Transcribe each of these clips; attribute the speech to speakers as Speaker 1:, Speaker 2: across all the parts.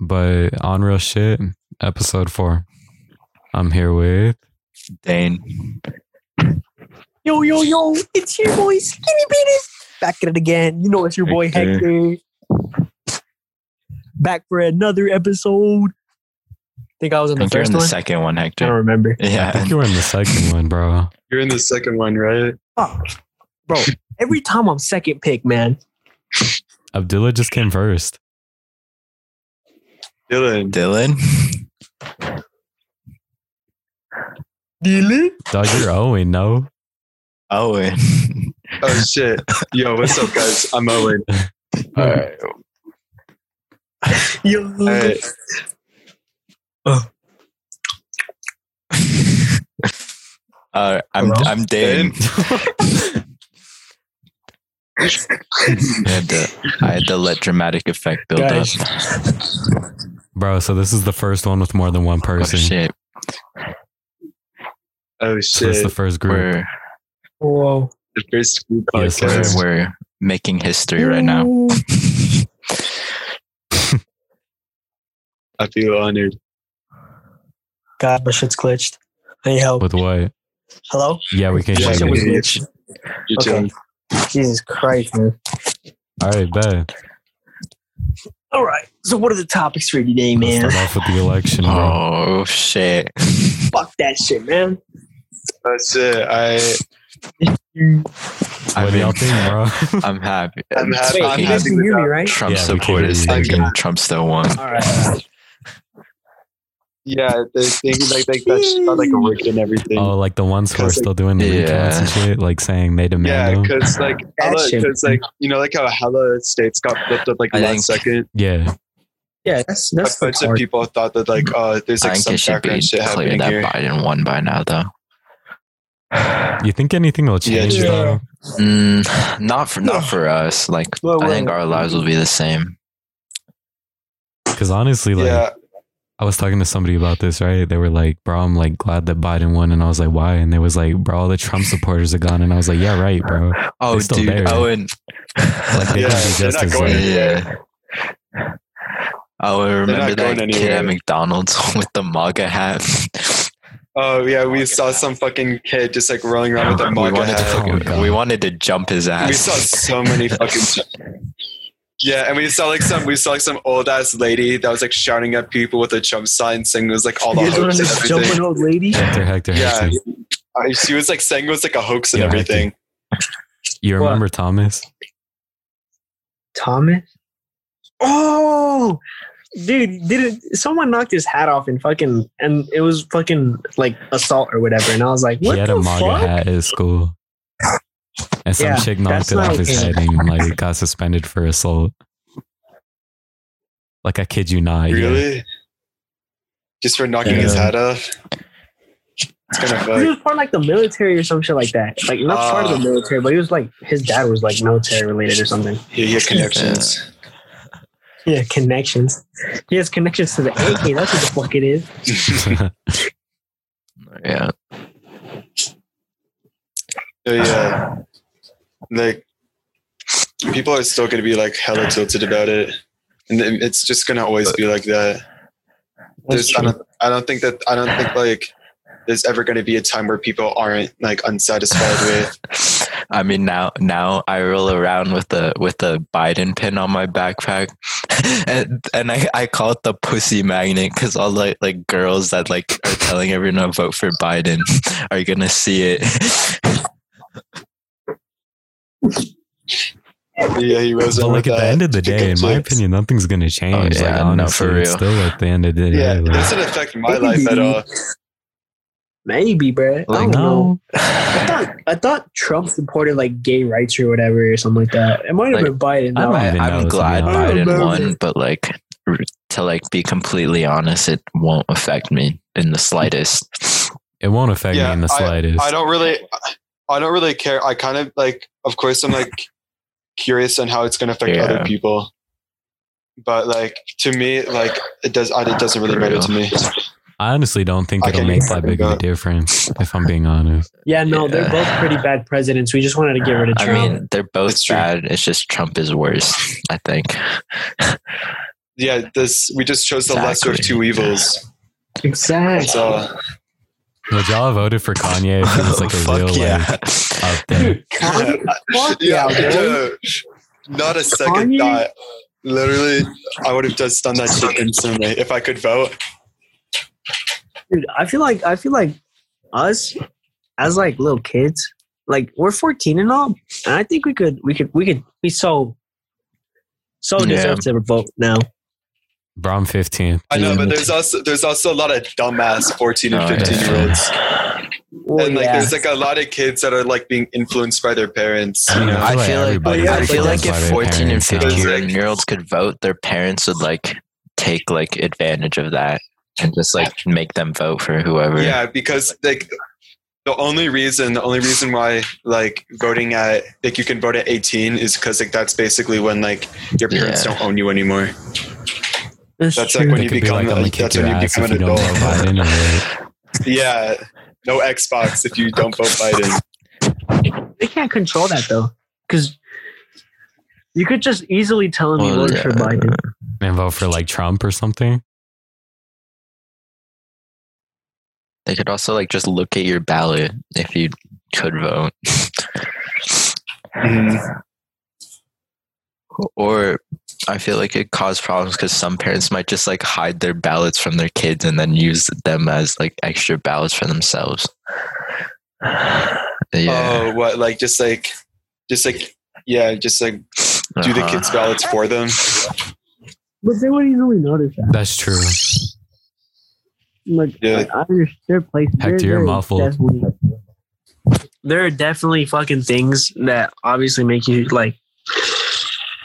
Speaker 1: But on real shit, episode four. I'm here with
Speaker 2: Dane.
Speaker 3: Yo, yo, yo, it's your boy Skinny Penis. Back at it again. You know it's your boy
Speaker 2: Hector.
Speaker 3: Hector. Back for another episode. think I was in
Speaker 2: I
Speaker 3: the
Speaker 2: think you're in
Speaker 3: first
Speaker 2: the
Speaker 3: one.
Speaker 2: second one,
Speaker 3: I don't
Speaker 2: Hector.
Speaker 3: remember.
Speaker 1: I think
Speaker 2: Yeah.
Speaker 1: you were in the second one, bro.
Speaker 4: You're in the second one, right?
Speaker 3: Fuck. Oh, Bro, every time I'm second pick, man.
Speaker 1: Abdullah just came first.
Speaker 4: Dylan.
Speaker 2: Dylan?
Speaker 3: Dylan?
Speaker 1: Dog, you're Owen, no?
Speaker 2: Owen.
Speaker 4: Oh shit. Yo, what's up, guys? I'm Owen.
Speaker 2: Alright.
Speaker 3: Yo.
Speaker 4: Hey.
Speaker 2: Alright, Uh, I'm
Speaker 3: Hello?
Speaker 2: I'm Dane. I, had to, I had to let dramatic effect build
Speaker 3: Guys.
Speaker 2: up.
Speaker 1: Bro, so this is the first one with more than one
Speaker 2: Oh
Speaker 1: person.
Speaker 2: shit.
Speaker 4: Oh
Speaker 1: so it's
Speaker 4: shit.
Speaker 1: the first group.
Speaker 2: We're
Speaker 3: Whoa.
Speaker 4: The first group
Speaker 1: Yes,
Speaker 2: we're,
Speaker 4: podcast.
Speaker 2: we're making history right now.
Speaker 3: Ooh.
Speaker 4: I feel honored.
Speaker 3: God, my shit's glitched. I need help.
Speaker 1: With what?
Speaker 3: Hello?
Speaker 1: Yeah, we can
Speaker 4: Yeah,
Speaker 3: My
Speaker 1: shake
Speaker 3: shit was
Speaker 1: it.
Speaker 3: glitched.
Speaker 4: You're
Speaker 3: Okay.
Speaker 4: chilling.
Speaker 3: Jesus Christ, man.
Speaker 1: All right, bet.
Speaker 3: All right. So, what are the topics for today,
Speaker 1: Let's
Speaker 3: man?
Speaker 1: start off with the election, bro.
Speaker 2: Oh shit.
Speaker 3: Fuck that shit, man.
Speaker 4: Oh shit. I
Speaker 1: What do y'all think, bro?
Speaker 2: I'm happy.
Speaker 4: I'm happy-
Speaker 3: Wait,
Speaker 4: I'm
Speaker 3: you
Speaker 2: fucking
Speaker 3: guys
Speaker 4: happy
Speaker 3: can
Speaker 4: with
Speaker 3: hear me,
Speaker 4: that.
Speaker 3: right?
Speaker 2: Trump
Speaker 1: Yeah, we can
Speaker 2: supporters
Speaker 1: hear you.
Speaker 2: thinking Trump still won.
Speaker 3: All right.
Speaker 4: yeah, the thing like like that shit about like work and everything.
Speaker 1: Oh, like the ones who are
Speaker 4: Cause, like-
Speaker 1: still doing the recounts and shit, like saying they
Speaker 4: yeah,
Speaker 1: demand them.
Speaker 4: because like
Speaker 3: That
Speaker 4: hella,
Speaker 3: shit.
Speaker 4: cause like you know like how hella states got flipped up like
Speaker 2: I
Speaker 4: last
Speaker 2: think-
Speaker 4: second.
Speaker 1: Yeah,
Speaker 3: Yeah, that's
Speaker 4: A
Speaker 3: that's
Speaker 4: bunch of
Speaker 3: hard.
Speaker 4: people thought that like uh there's
Speaker 2: I
Speaker 4: like
Speaker 2: think
Speaker 4: some
Speaker 2: it should be
Speaker 4: background shit
Speaker 2: clear
Speaker 4: happening
Speaker 2: that
Speaker 4: here.
Speaker 2: Biden won by now, though.
Speaker 1: you think anything will
Speaker 4: Yeah,
Speaker 1: change,
Speaker 3: true.
Speaker 1: though?
Speaker 2: Mm, not for not for us. Like
Speaker 3: Well,
Speaker 2: I
Speaker 3: well,
Speaker 2: think our lives will be the same.
Speaker 1: Because honestly, like,
Speaker 4: Yeah.
Speaker 1: I was talking to somebody about this, right? They were like, bro, I'm like glad that Biden won. And I was like, why? And they was like, bro, all the Trump supporters are gone. And I was like, yeah, right, bro.
Speaker 2: Oh,
Speaker 1: They're still
Speaker 2: dude,
Speaker 1: there.
Speaker 2: Owen.
Speaker 1: Like, they
Speaker 4: Yeah,
Speaker 1: can
Speaker 4: they're
Speaker 1: be just
Speaker 4: not
Speaker 1: as
Speaker 4: going
Speaker 1: like,
Speaker 2: yeah. Oh, I remember that
Speaker 4: not going
Speaker 2: kid
Speaker 4: anywhere.
Speaker 2: at McDonald's with the MAGA hat.
Speaker 4: Oh yeah, we saw some fucking kid just like rolling around with a
Speaker 2: we
Speaker 4: mug.
Speaker 2: wanted to
Speaker 1: hat.
Speaker 2: fucking-
Speaker 1: Oh, God.
Speaker 2: we wanted to jump his ass.
Speaker 4: We saw so many fucking. Yeah, and we saw like some we saw like some old ass lady that was like shouting at people with a Trump sign, saying it was like all the
Speaker 3: You guys want
Speaker 4: hoax
Speaker 3: to
Speaker 4: and
Speaker 3: just jump
Speaker 4: everything.
Speaker 3: on old lady?
Speaker 1: Hector, Hector,
Speaker 4: Yeah,
Speaker 1: Hector.
Speaker 4: I- she was like saying it was like a hoax and
Speaker 1: Yeah, I
Speaker 4: everything.
Speaker 1: You
Speaker 3: What?
Speaker 1: remember Thomas?
Speaker 3: Thomas? Oh, dude, did it, someone knocked his hat off and fucking and it was fucking like assault or whatever? And I was like, what
Speaker 1: he had
Speaker 3: the
Speaker 1: a MAGA
Speaker 3: fuck?
Speaker 1: hat at school. And some
Speaker 3: Yeah,
Speaker 1: chick knocked
Speaker 3: that's
Speaker 1: it
Speaker 3: not
Speaker 1: off his
Speaker 3: okay.
Speaker 1: head and like got suspended for assault. Like I kid you not. Yeah.
Speaker 4: Really? Just for knocking his
Speaker 1: Yeah.
Speaker 4: hat off. It's kind of
Speaker 3: He
Speaker 4: fucked.
Speaker 3: was part of like the military or some shit like that. Like not part of the
Speaker 4: Ah.
Speaker 3: military, but he was like his dad was like military related or something.
Speaker 4: Yeah, he had connections.
Speaker 3: Yeah, connections. He has connections to the AK. That's what the fuck it is.
Speaker 2: yeah.
Speaker 4: Oh, yeah, like people are still gonna be like hella tilted about it, and then it's just gonna always be like that. there's, I don't, I don't think that I don't think like there's ever going to be a time where people aren't like unsatisfied with.
Speaker 2: I mean now now I roll around with the with the Biden pin on my backpack and and I, I call it the pussy magnet because all like like girls that like are telling everyone to vote for Biden are gonna see it.
Speaker 4: Yeah, he rose
Speaker 1: But
Speaker 4: up
Speaker 1: like
Speaker 4: with
Speaker 1: at the
Speaker 4: that.
Speaker 1: end of the
Speaker 4: Chicken
Speaker 1: day, in my
Speaker 4: flips.
Speaker 1: opinion, nothing's gonna change.
Speaker 2: yeah,
Speaker 1: like
Speaker 2: no,
Speaker 1: honestly,
Speaker 2: for
Speaker 1: it's
Speaker 2: real.
Speaker 1: still at the end of the
Speaker 4: Yeah,
Speaker 1: day.
Speaker 4: it
Speaker 1: like,
Speaker 4: doesn't affect my life at all.
Speaker 3: Maybe, bro. I
Speaker 2: Like,
Speaker 3: don't know.
Speaker 1: no,
Speaker 3: I thought, I thought Trump supported like gay rights or whatever or something like that. It might have
Speaker 2: Like,
Speaker 3: been Biden.
Speaker 1: I
Speaker 3: though.
Speaker 1: don't
Speaker 2: I,
Speaker 1: even know, to
Speaker 2: I'm
Speaker 1: be
Speaker 2: glad
Speaker 3: honest.
Speaker 2: Biden won, but like r- to like be completely honest, it won't affect me in the slightest.
Speaker 1: it won't affect me
Speaker 4: Yeah,
Speaker 1: in the slightest.
Speaker 4: I don't really, I don't really care. I kind of like, of course, I'm like curious on how it's going to affect
Speaker 2: Yeah.
Speaker 4: other people. But like to me, like it does. I- It doesn't really matter to me.
Speaker 1: I honestly don't think
Speaker 4: I
Speaker 1: it'll
Speaker 4: can
Speaker 1: make that
Speaker 4: fucking
Speaker 1: big of a
Speaker 4: go.
Speaker 1: difference. If I'm being honest,
Speaker 3: Yeah, no, they're
Speaker 2: Yeah.
Speaker 3: both pretty bad presidents. We just wanted to get rid of
Speaker 2: I
Speaker 3: Trump.
Speaker 2: mean, they're both
Speaker 4: It's true.
Speaker 2: bad. It's just Trump is worse, I think.
Speaker 4: yeah, this we just chose the lesser of
Speaker 2: Exactly.
Speaker 4: two evils.
Speaker 3: Exactly.
Speaker 4: That's all.
Speaker 1: Would y'all have voted for Kanye if he was like a
Speaker 2: Fuck
Speaker 1: real like uh,
Speaker 2: yeah.
Speaker 1: out there?
Speaker 3: Kanye, fuck
Speaker 4: Yeah,
Speaker 3: yeah, bro.
Speaker 4: dude, not a second
Speaker 3: Kanye?
Speaker 4: thought. Literally, I would have just done that shit instantly if I could vote.
Speaker 3: Dude, I feel like I feel like us as like little kids, like we're 14 and all, and I think we could we could we could be so so
Speaker 2: Yeah.
Speaker 3: deserve to vote now.
Speaker 1: Bro, I'm 15.
Speaker 4: I know,
Speaker 3: Yeah,
Speaker 4: but
Speaker 3: me
Speaker 4: there's also there's also a lot of dumbass fourteen and
Speaker 2: Oh,
Speaker 4: fifteen
Speaker 2: yeah.
Speaker 4: year olds,
Speaker 3: Well,
Speaker 4: and like
Speaker 3: Oh, yeah.
Speaker 4: there's like a lot of kids that are like being influenced by their parents. You know?
Speaker 2: I feel like-
Speaker 1: everybody's
Speaker 3: yeah,
Speaker 2: I feel
Speaker 1: influenced
Speaker 2: like
Speaker 1: by
Speaker 2: if
Speaker 1: their
Speaker 2: 14 and
Speaker 1: parents now.
Speaker 2: 15
Speaker 4: Exactly.
Speaker 2: year olds could vote, their parents would like take like advantage of that and just like make them vote for whoever.
Speaker 4: Yeah, because like the only reason the only reason why like voting at like you can vote at 18 is because like that's basically when like your parents
Speaker 2: Yeah.
Speaker 4: don't own you anymore.
Speaker 3: that's,
Speaker 4: that's, like,
Speaker 3: true.
Speaker 4: when
Speaker 1: They
Speaker 4: you
Speaker 1: could be
Speaker 4: become
Speaker 1: like,
Speaker 4: a-
Speaker 1: I'm gonna kick
Speaker 4: that's
Speaker 1: your
Speaker 4: when you
Speaker 1: ass
Speaker 4: become
Speaker 1: if
Speaker 4: an
Speaker 1: you don't vote
Speaker 4: adult.
Speaker 1: Biden. Or,
Speaker 4: Yeah, no Xbox if you don't vote Biden.
Speaker 3: they can't control that though, because you could just easily tell them you
Speaker 2: Well,
Speaker 3: voted for
Speaker 2: yeah.
Speaker 3: Biden.
Speaker 1: and vote for like Trump or something.
Speaker 2: They could also like just look at your ballot if you could vote.
Speaker 4: Mm-hmm.
Speaker 2: Or I feel like it caused problems because some parents might just like hide their ballots from their kids and then use them as like extra ballots for themselves. Yeah.
Speaker 4: Oh, what like just like just like yeah, just like Oh, do the
Speaker 2: Uh-huh.
Speaker 4: kids ballots for them.
Speaker 3: But they would easily notice that.
Speaker 1: That's true.
Speaker 3: Like,
Speaker 4: Yeah.
Speaker 3: I understand their place.
Speaker 1: Heck,
Speaker 3: there-
Speaker 1: you're
Speaker 3: there is
Speaker 1: muffled.
Speaker 3: definitely- There are definitely fucking things that obviously make you like,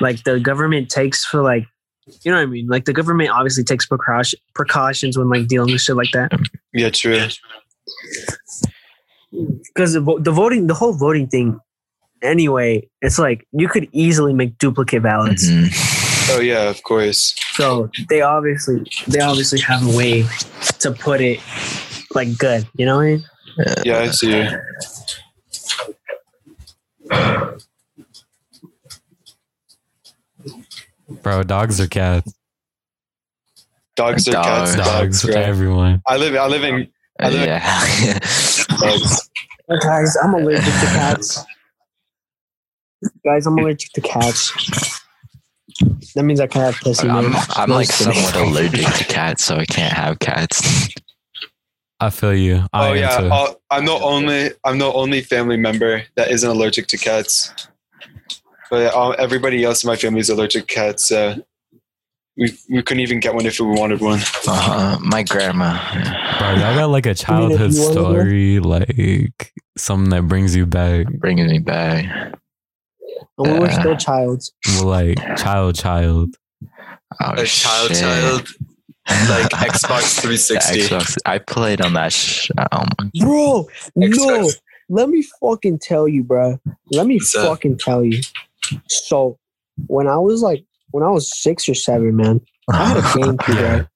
Speaker 3: like the government takes for like, you know what I mean? Like the government obviously takes precaution, precautions when like dealing with shit like that.
Speaker 4: Yeah, true.
Speaker 3: Because the, vo- the voting, the whole voting thing, anyway, it's like you could easily make duplicate ballots.
Speaker 2: Mhm.
Speaker 4: Oh yeah, of course.
Speaker 3: So they obviously, they obviously have a way to put it like good. You know what I mean?
Speaker 4: Yeah, I see.
Speaker 1: Bro, dogs or cats?
Speaker 4: Dogs or
Speaker 2: Dogs.
Speaker 4: cats?
Speaker 1: Dogs,
Speaker 4: Dogs. right?
Speaker 1: everyone.
Speaker 4: I live. I live in uh, I live-
Speaker 2: Yeah.
Speaker 4: dogs.
Speaker 3: Guys, I'm allergic to cats. Guys, I'm allergic to cats. That means I can have pussy.
Speaker 2: I'm,
Speaker 3: man.
Speaker 2: I'm like
Speaker 3: Just kidding.
Speaker 2: somewhat allergic to cats, so I can't have cats.
Speaker 1: I feel you. I
Speaker 4: Oh
Speaker 1: am
Speaker 4: yeah,
Speaker 1: too.
Speaker 4: oh, I'm the only. I'm the only family member that isn't allergic to cats. But uh, everybody else in my family is allergic to cats. So we we couldn't even get one if we wanted one.
Speaker 2: Uh, my grandma.
Speaker 1: Bro, y'all got like a childhood
Speaker 3: you wanna go?
Speaker 1: story, like something that brings you back,
Speaker 2: Bringing me back.
Speaker 3: And we were still childs.
Speaker 1: Well, like child, child.
Speaker 2: Oh, shit.
Speaker 4: like Xbox
Speaker 2: The
Speaker 4: 360.
Speaker 2: Xbox. I played on that. Sh- oh my
Speaker 3: Bro, no.
Speaker 4: Xbox.
Speaker 3: Let me fucking tell you, bro. Let me
Speaker 4: So-
Speaker 3: fucking tell you. So, when I was like, when I was six or seven, man, I had a GameCube, right?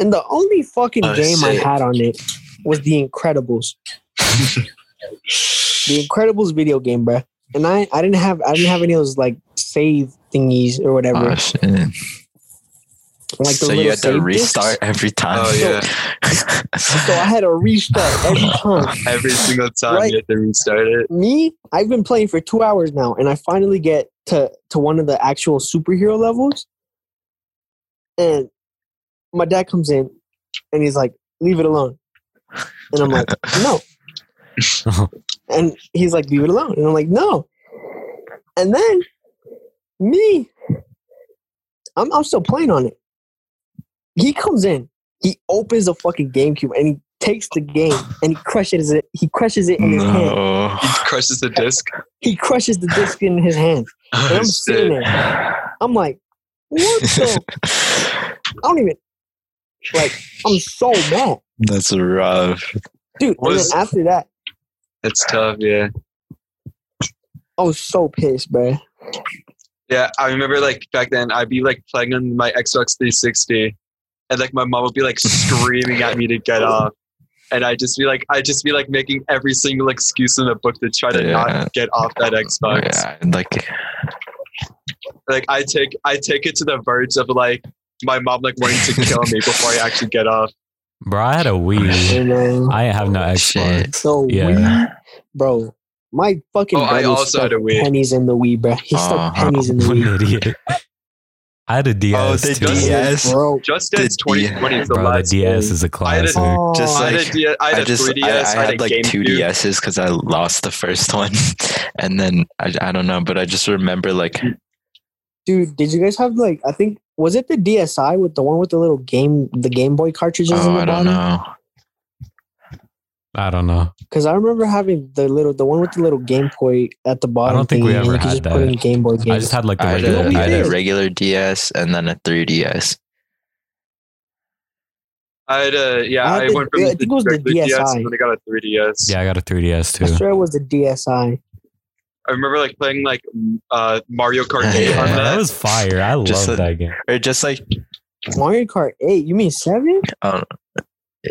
Speaker 3: And the only fucking
Speaker 4: Oh,
Speaker 3: game I
Speaker 4: shit.
Speaker 3: had on it was The Incredibles. the Incredibles video game, bruh. And I, I didn't have I didn't have any of those like save thingies or whatever.
Speaker 2: Oh, shit.
Speaker 3: like the
Speaker 2: so
Speaker 3: little
Speaker 2: you had to
Speaker 3: save discs.
Speaker 2: restart every time.
Speaker 4: Oh,
Speaker 3: So I had to restart every time.
Speaker 4: Every single time
Speaker 3: Right.
Speaker 4: you have to restart it.
Speaker 3: Me, I've been playing for two hours now, and I finally get to to one of the actual superhero levels. And my dad comes in, and he's like, "Leave it alone," and I'm like, "No." and he's like, "Leave it alone," and I'm like, "No." And then me, I'm I'm still playing on it. He comes in, he opens the fucking GameCube, and he takes the game and he crushes it. He crushes it in his hand.
Speaker 2: no.
Speaker 4: Crushes the disc.
Speaker 3: he crushes the disc in his hand. And
Speaker 4: Oh,
Speaker 3: I'm sitting
Speaker 4: shit.
Speaker 3: there. I'm like, what the? I don't even. Like, I'm so mad,
Speaker 2: That's rough.
Speaker 3: dude. And then
Speaker 4: Was-
Speaker 3: after that,
Speaker 4: That's tough. Yeah.
Speaker 3: I was so pissed, bro.
Speaker 4: Yeah, I remember like back then I'd be like playing on my Xbox 360 and like my mom would be like screaming at me to get off. And I'd just be like I'd just be like making every single excuse in the book to try to
Speaker 2: Yeah.
Speaker 4: not get off that Xbox.
Speaker 2: Yeah, and, like
Speaker 4: like I take I take it to the verge of like my mom like wanting to kill me before I actually get off.
Speaker 1: Bro, I had a Wii.
Speaker 3: And, uh,
Speaker 1: I have no Xbox.
Speaker 2: Shit.
Speaker 3: so
Speaker 1: Yeah.
Speaker 3: we, bro, my fucking
Speaker 4: Oh, I
Speaker 3: brother
Speaker 4: also
Speaker 3: stuck
Speaker 4: had a Wii.
Speaker 3: pennies in the Wii, bro. He stuck
Speaker 2: Uh-huh.
Speaker 3: pennies in the
Speaker 1: What
Speaker 3: Wii.
Speaker 1: an idiot. I had a DS
Speaker 2: Oh, they
Speaker 1: too.
Speaker 4: just-
Speaker 2: Yeah.
Speaker 3: Yes,
Speaker 2: Yes.
Speaker 3: bro.
Speaker 4: Just Dance
Speaker 2: The
Speaker 4: 2020 is the
Speaker 1: Bro, the
Speaker 4: last.
Speaker 1: DS is a classic.
Speaker 3: Oh,
Speaker 2: Just
Speaker 4: I had
Speaker 2: like-
Speaker 4: a D- I had
Speaker 2: I
Speaker 4: a
Speaker 2: just
Speaker 4: 3DS.
Speaker 2: I, I had,
Speaker 4: a
Speaker 2: like two
Speaker 4: GameCube.
Speaker 2: DSs because I lost the first one, and then I, I don't know, but I just remember like
Speaker 3: dude, did you guys have like? I think was it the DSi with the one with the little game, the Game Boy cartridges in
Speaker 2: oh
Speaker 3: the
Speaker 2: I don't
Speaker 3: bottom?
Speaker 2: know.
Speaker 1: I don't know.
Speaker 3: Because I remember having the little, the one with the little Game Boy at the bottom.
Speaker 1: don't think
Speaker 3: thing,
Speaker 1: we
Speaker 3: and
Speaker 1: ever
Speaker 3: you could
Speaker 1: had
Speaker 3: just Put
Speaker 1: that.
Speaker 3: in Game Boy games.
Speaker 1: I just had like the
Speaker 2: I had,
Speaker 1: regular
Speaker 2: a, I had
Speaker 1: DS.
Speaker 2: a regular DS and then a 3DS.
Speaker 4: I had a yeah.
Speaker 3: I
Speaker 4: I,
Speaker 3: had the-
Speaker 4: went from
Speaker 3: I think it was the
Speaker 4: regular DS
Speaker 3: DSi.
Speaker 4: and then I got a 3DS.
Speaker 1: Yeah, I got a 3DS
Speaker 3: I
Speaker 1: too.
Speaker 3: swear it was the DSi.
Speaker 4: I remember like playing like m- uh, Mario Kart 8
Speaker 1: Yeah,
Speaker 4: on
Speaker 2: Yeah.
Speaker 1: that
Speaker 4: that.
Speaker 1: was fire. I
Speaker 2: Just
Speaker 1: love
Speaker 2: a-
Speaker 1: that game.
Speaker 2: Or just like
Speaker 3: Mario Kart 8. You mean 7?
Speaker 1: Oh, no,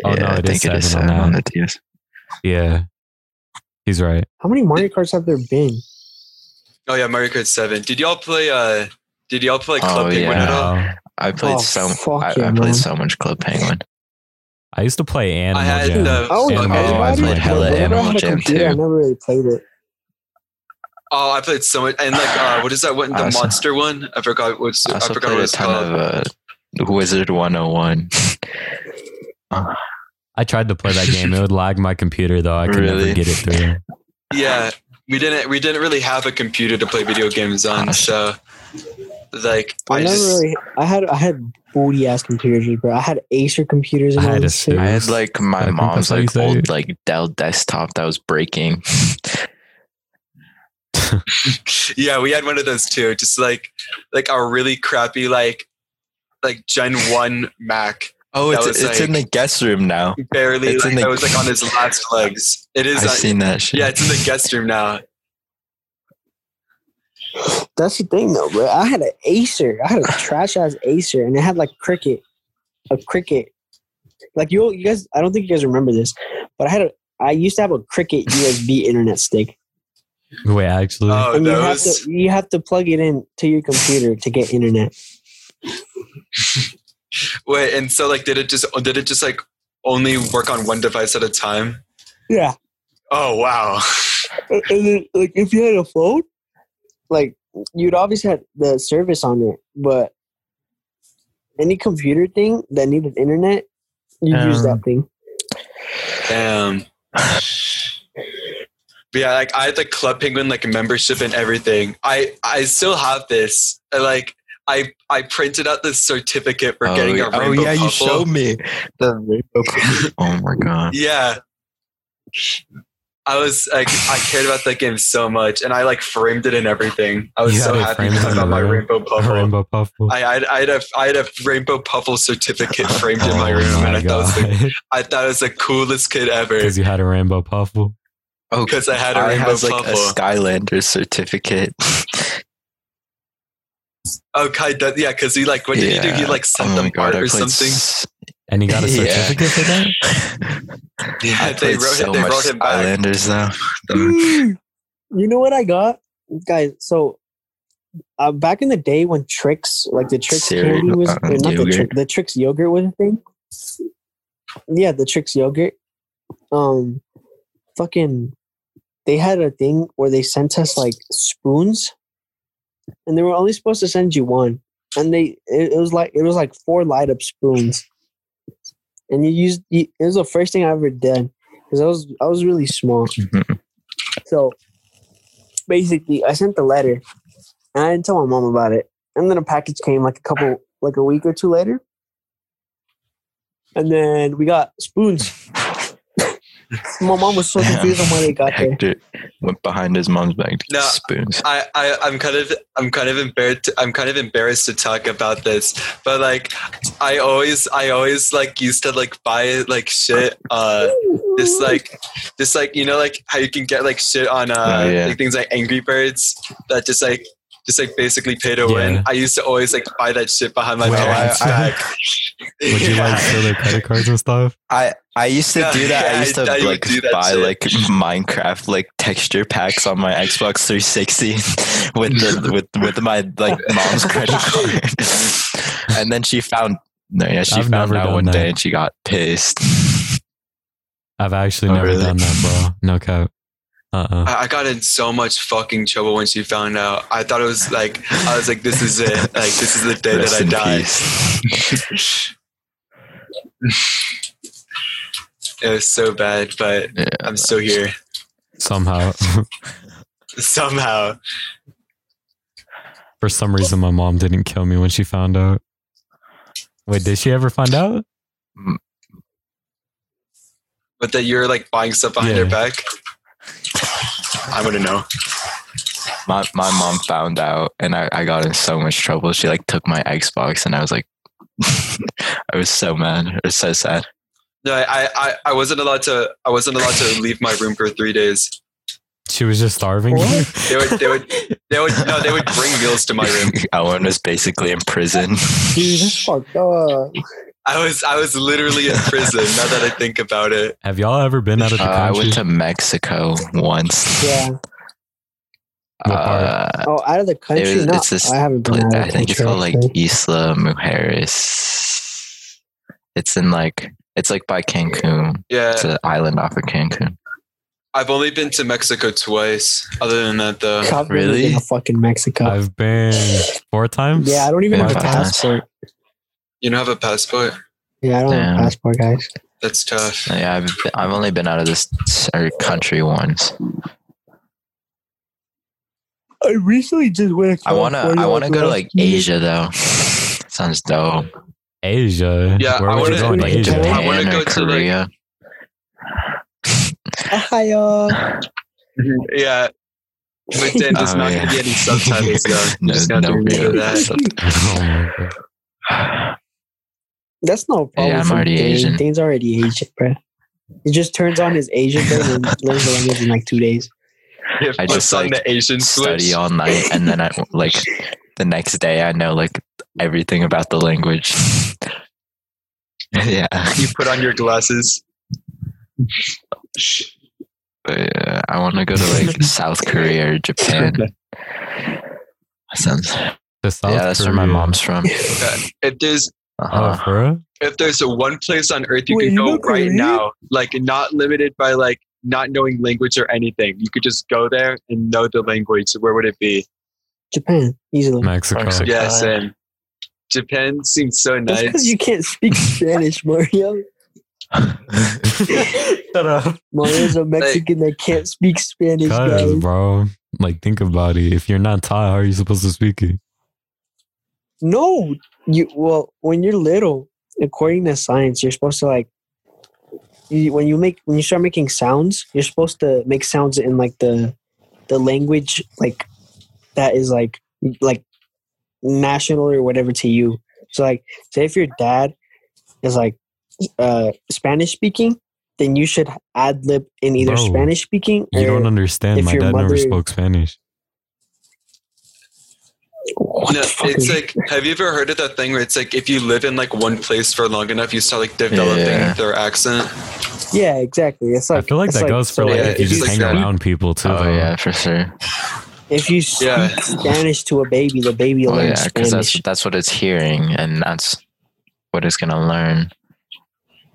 Speaker 1: it is seven oh on
Speaker 2: seven on
Speaker 1: that.
Speaker 2: the DS.
Speaker 1: Yeah. He's right.
Speaker 3: How many Mario Karts have there been?
Speaker 4: Oh yeah, Mario Kart 7. Did y'all play? uh Did y'all play Club
Speaker 2: Oh,
Speaker 4: Penguin
Speaker 2: yeah.
Speaker 4: at all?
Speaker 1: Wow.
Speaker 2: I played
Speaker 3: Oh,
Speaker 2: so
Speaker 3: fuck
Speaker 2: I,
Speaker 3: yeah,
Speaker 2: I
Speaker 3: man.
Speaker 2: played so much Club Penguin.
Speaker 1: I used to play Animal
Speaker 4: I had
Speaker 1: Jam.
Speaker 4: the
Speaker 3: Oh,
Speaker 1: yeah,
Speaker 4: fucking-
Speaker 1: Animal Jam. I played hella
Speaker 3: Whenever
Speaker 2: Animal
Speaker 3: I had a
Speaker 2: Jam
Speaker 3: computer,
Speaker 2: too.
Speaker 3: I never really played it.
Speaker 4: Oh, I played so much, and like, uh, what is that one? The
Speaker 2: I also-
Speaker 4: monster one? I forgot what's.
Speaker 2: I
Speaker 4: I,
Speaker 2: also
Speaker 4: forgot
Speaker 2: played
Speaker 4: what
Speaker 2: a
Speaker 4: it's
Speaker 2: ton
Speaker 4: called.
Speaker 2: of uh, Wizard 101.
Speaker 1: I tried to play that game. It would lag my computer though. I could never
Speaker 2: Really?
Speaker 1: get it through.
Speaker 4: yeah, we didn't. We didn't really have a computer to play video games on, so like,
Speaker 3: I,
Speaker 4: I,
Speaker 3: never
Speaker 4: just
Speaker 3: really. I had I had booty ass computers, bro. I had Acer computers. And
Speaker 1: I
Speaker 3: all
Speaker 1: had a
Speaker 3: this shit.
Speaker 1: It
Speaker 2: I
Speaker 1: was-
Speaker 2: had like my
Speaker 1: I think that's
Speaker 2: mom's
Speaker 1: how you
Speaker 2: like
Speaker 1: say
Speaker 2: old
Speaker 1: it.
Speaker 2: like Dell desktop that was breaking.
Speaker 4: yeah, we had one of those too. Just like, like a really crappy like, like Gen One Mac,
Speaker 2: Oh,
Speaker 4: That
Speaker 2: it's
Speaker 4: was,
Speaker 2: it's in the
Speaker 4: like-
Speaker 2: guest room now.
Speaker 4: barely.
Speaker 2: It's
Speaker 4: Like,
Speaker 2: in the-
Speaker 4: that was like on its last legs. It is.
Speaker 2: I've
Speaker 4: on-
Speaker 2: seen that shit.
Speaker 4: yeah, it's in the guest room now.
Speaker 3: That's the thing, though, bro. I had an Acer. I had a trash ass Acer, and it had like cricket, a cricket. Like you, you guys. I don't think you guys remember this, but I had a. I used to have a cricket USB internet stick,
Speaker 1: Wait, actually,
Speaker 4: Oh,
Speaker 3: and you have
Speaker 4: those.
Speaker 3: to you have to plug it in to your computer to get internet.
Speaker 4: Wait, and so like, did it just? Did it just like only work on one device at a time?
Speaker 3: Yeah,
Speaker 4: Oh wow.
Speaker 3: and then like if you had a phone, like you'd obviously had the service on it, but any computer thing that needed internet, you use
Speaker 2: Um,
Speaker 3: that thing.
Speaker 4: Damn. But yeah, like I had the Club Penguin like membership and everything. I I still have this. And, Like I I printed out this certificate for
Speaker 2: oh,
Speaker 4: getting
Speaker 2: yeah.
Speaker 4: a rainbow.
Speaker 2: oh yeah, you
Speaker 4: Puffle.
Speaker 2: showed me the rainbow. Puffle. oh my god.
Speaker 4: Yeah. I was like, I cared about that game so much, and I like framed it and everything. I was
Speaker 1: You
Speaker 4: so
Speaker 1: had it
Speaker 4: happy
Speaker 1: framed
Speaker 4: about
Speaker 1: on
Speaker 4: my
Speaker 1: the
Speaker 4: rainbow puffle.
Speaker 2: Oh,
Speaker 1: Rainbow Puffle.
Speaker 4: I, I, I had a I had a rainbow puffle certificate framed in my
Speaker 1: Oh
Speaker 4: room,
Speaker 1: my
Speaker 4: and I thought, it was the,
Speaker 1: God.
Speaker 4: I thought it was the coolest kid ever
Speaker 1: Because you had a Rainbow Puffle.
Speaker 2: Oh,
Speaker 4: because I had a
Speaker 2: I
Speaker 4: rainbow
Speaker 2: has like
Speaker 4: puffle.
Speaker 2: a Skylander certificate.
Speaker 4: Oh, Kai does. Yeah, because he like, what did he do? He
Speaker 2: Yeah.
Speaker 4: like set
Speaker 2: oh
Speaker 4: them
Speaker 2: my god,
Speaker 4: apart
Speaker 2: I
Speaker 4: or
Speaker 2: played
Speaker 4: something.
Speaker 2: s-
Speaker 1: And you got a
Speaker 2: Yeah.
Speaker 1: certificate for that?
Speaker 4: yeah,
Speaker 2: I
Speaker 4: they
Speaker 2: played
Speaker 4: wrote,
Speaker 2: so
Speaker 4: they
Speaker 2: much
Speaker 4: wrote him back.
Speaker 2: Skylanders though.
Speaker 3: you know what I got, guys? So. Uh, back in the day when tricks like the tricks
Speaker 2: Cereal,
Speaker 3: candy was
Speaker 2: uh,
Speaker 3: or not the,
Speaker 2: yogurt.
Speaker 3: Trix the tricks yogurt was a thing yeah the tricks yogurt um fucking they had a thing where they sent us like spoons and they were only supposed to send you one and they it, it was like it was like four light up spoons and you used you, it was the first thing i ever did because i was i was really small
Speaker 2: Mhm.
Speaker 3: so basically i sent the letter and i didn't tell my mom about it and then a package came like a couple like a week or two later and then we got spoons my mom was so confused on why they got there
Speaker 2: Hector went behind his mom's back to get
Speaker 4: No.
Speaker 2: spoons.
Speaker 4: I, I, I'm kind of, I'm kind of embarrassed. I'm kind of embarrassed to talk about this, but like, I always, I always like used to like buy like shit. Uh, just like, just like you know, like how you can get like shit on uh,
Speaker 2: Oh, yeah.
Speaker 4: like, things like Angry Birds that just like, just like basically pay to
Speaker 1: Yeah.
Speaker 4: win. I used to always like buy that shit behind my
Speaker 1: Wait,
Speaker 4: parents'
Speaker 2: I- I-
Speaker 4: back.
Speaker 1: Would you like steal their credit cards and stuff?
Speaker 2: I I used to
Speaker 4: Yeah,
Speaker 2: do that.
Speaker 4: yeah,
Speaker 2: I used
Speaker 4: I-
Speaker 2: to
Speaker 4: I would
Speaker 2: like
Speaker 4: do that
Speaker 2: buy
Speaker 4: shit.
Speaker 2: like Minecraft like texture packs on my Xbox 360 with the with with my like mom's credit card, and then she found no, yeah, she
Speaker 1: I've
Speaker 2: found
Speaker 1: never
Speaker 2: out
Speaker 1: done
Speaker 2: one
Speaker 1: that.
Speaker 2: day and she got pissed.
Speaker 1: I've actually
Speaker 2: Oh,
Speaker 1: never
Speaker 2: really?
Speaker 1: done that, bro. No cap. Uh uh
Speaker 4: I I got in so much fucking trouble when she found out. I thought it was like I was like, this is it. Like this is the day
Speaker 2: Rest
Speaker 4: that I
Speaker 2: in
Speaker 4: die.
Speaker 2: peace.
Speaker 4: It was so bad, but
Speaker 2: Yeah.
Speaker 4: I'm still here
Speaker 1: Somehow,
Speaker 4: somehow.
Speaker 1: for some reason, my mom didn't kill me when she found out. Wait, did she ever find out?
Speaker 4: But that you're like buying stuff behind
Speaker 1: Yeah.
Speaker 4: her back. I wouldn't know.
Speaker 2: My my mom found out, and I I got in so much trouble. She like took my Xbox, and I was like, I was so mad. It was so sad.
Speaker 4: No, I, I, I wasn't allowed to. I wasn't allowed to leave my room for three days.
Speaker 1: She was just starving.
Speaker 3: What?
Speaker 4: They would, they would, they would. No, they would bring meals to my room.
Speaker 2: Owen was basically in prison.
Speaker 3: Dude, that's fucked up.
Speaker 4: I was, I was literally in prison. Now that I think about it,
Speaker 1: Have y'all ever been out of the
Speaker 2: Uh, I
Speaker 1: country?
Speaker 2: went to Mexico once.
Speaker 3: Yeah.
Speaker 1: What part?
Speaker 2: Uh,
Speaker 3: Oh, out of the country?
Speaker 2: It was-
Speaker 3: no,
Speaker 2: it's this
Speaker 3: I haven't been
Speaker 2: pla-
Speaker 3: out of
Speaker 2: I
Speaker 3: the
Speaker 2: think it's
Speaker 3: country,
Speaker 2: called like
Speaker 3: actually.
Speaker 2: Isla Mujeres. It's in like it's like by Cancun.
Speaker 4: yeah,
Speaker 2: It's an island off of Cancun.
Speaker 4: I've only been to Mexico twice. Other than that, though,
Speaker 3: I've never
Speaker 2: really?
Speaker 3: been to fucking Mexico.
Speaker 1: I've been four times.
Speaker 3: yeah, I don't even
Speaker 2: Been
Speaker 3: have a
Speaker 2: five times.
Speaker 3: passport.
Speaker 4: you don't have a passport.
Speaker 3: Yeah, I don't have a
Speaker 2: Damn.
Speaker 3: passport, guys.
Speaker 4: That's tough.
Speaker 2: Uh, Yeah, I've I've only been out of this or country once.
Speaker 3: I recently just went.
Speaker 2: I wanna I wanna go to like Asia though. Sounds dope.
Speaker 1: Asia.
Speaker 4: Yeah,
Speaker 1: Where
Speaker 4: I
Speaker 1: would
Speaker 4: wanna-
Speaker 1: you go in
Speaker 3: like,
Speaker 1: Asia?
Speaker 3: Japan.
Speaker 4: Oh, I wanna
Speaker 2: Japan
Speaker 4: go
Speaker 2: or
Speaker 4: to, like-
Speaker 2: Korea.
Speaker 3: Ohio.
Speaker 4: Yeah, but then there's
Speaker 2: Oh,
Speaker 4: not
Speaker 2: yeah.
Speaker 4: gonna be any subtitles though. You
Speaker 2: No-
Speaker 4: just gotta
Speaker 2: no real
Speaker 4: remember that.
Speaker 1: oh my God.
Speaker 3: That's no problem.
Speaker 2: I'm
Speaker 3: for
Speaker 2: already
Speaker 3: Dane.
Speaker 2: Asian.
Speaker 3: Dane's already Asian, bro. He just turns on his Asian thing and learns the language in like two days.
Speaker 4: If
Speaker 2: I
Speaker 4: I
Speaker 2: just,
Speaker 4: just on
Speaker 2: like,
Speaker 4: the Asian switch.
Speaker 2: study all night and then I like the next day I know like everything about the language. yeah.
Speaker 4: You put on your glasses.
Speaker 2: But, yeah, I want to go to like South Korea or Japan. That sounds
Speaker 1: The South
Speaker 2: yeah, that's where my
Speaker 1: Korea.
Speaker 2: mom's from.
Speaker 4: If there's
Speaker 1: Oh,
Speaker 2: Uh-huh.
Speaker 1: for real?
Speaker 4: if there's one place on earth you
Speaker 3: Wait,
Speaker 4: can
Speaker 3: you
Speaker 4: go
Speaker 3: know
Speaker 4: right
Speaker 3: Korean?
Speaker 4: now, like not limited by like not knowing language or anything, you could just go there and know the language. Where would it be?
Speaker 3: Japan, easily.
Speaker 1: Mexico.
Speaker 2: Mexico.
Speaker 4: Yes, and Japan seems so
Speaker 3: That's because
Speaker 4: nice.
Speaker 3: you can't speak Spanish, Mario.
Speaker 1: Oh, Shut up.
Speaker 3: Mario's a Mexican that can't speak Spanish,
Speaker 1: Cuz,
Speaker 3: guys.
Speaker 1: bro. Like, think about it. If you're not taught, how are you supposed to speak it?
Speaker 3: No, you well when you're little, according to science, you're supposed to like you, when you make when you start making sounds, you're supposed to make sounds in like the the language like that is like like national or whatever to you. So like say if your dad is like uh Spanish speaking, then you should ad lib in either
Speaker 1: Bro,
Speaker 3: Spanish speaking
Speaker 1: You don't
Speaker 3: or
Speaker 1: understand.
Speaker 3: if
Speaker 1: My
Speaker 3: your
Speaker 1: dad never
Speaker 3: mother-
Speaker 1: spoke Spanish.
Speaker 3: what
Speaker 4: No,
Speaker 3: the fuck
Speaker 4: it's
Speaker 3: is-
Speaker 4: like have you ever heard of that thing where it's like if you live in like one place for long enough, you start like developing
Speaker 2: Yeah.
Speaker 4: their accent.
Speaker 3: yeah, exactly. It's
Speaker 1: I
Speaker 3: like
Speaker 1: feel like
Speaker 3: it's
Speaker 1: that goes for
Speaker 3: so
Speaker 1: like
Speaker 4: yeah,
Speaker 1: if you
Speaker 4: it's
Speaker 1: just
Speaker 4: like
Speaker 1: hang
Speaker 4: that.
Speaker 1: around people too.
Speaker 2: oh
Speaker 1: though.
Speaker 2: yeah, for sure.
Speaker 3: If you speak
Speaker 4: Yeah.
Speaker 3: Spanish to a baby, the baby will
Speaker 2: Oh
Speaker 3: learn
Speaker 2: yeah, because that's
Speaker 3: Spanish.
Speaker 2: that's what it's hearing and that's what it's gonna learn.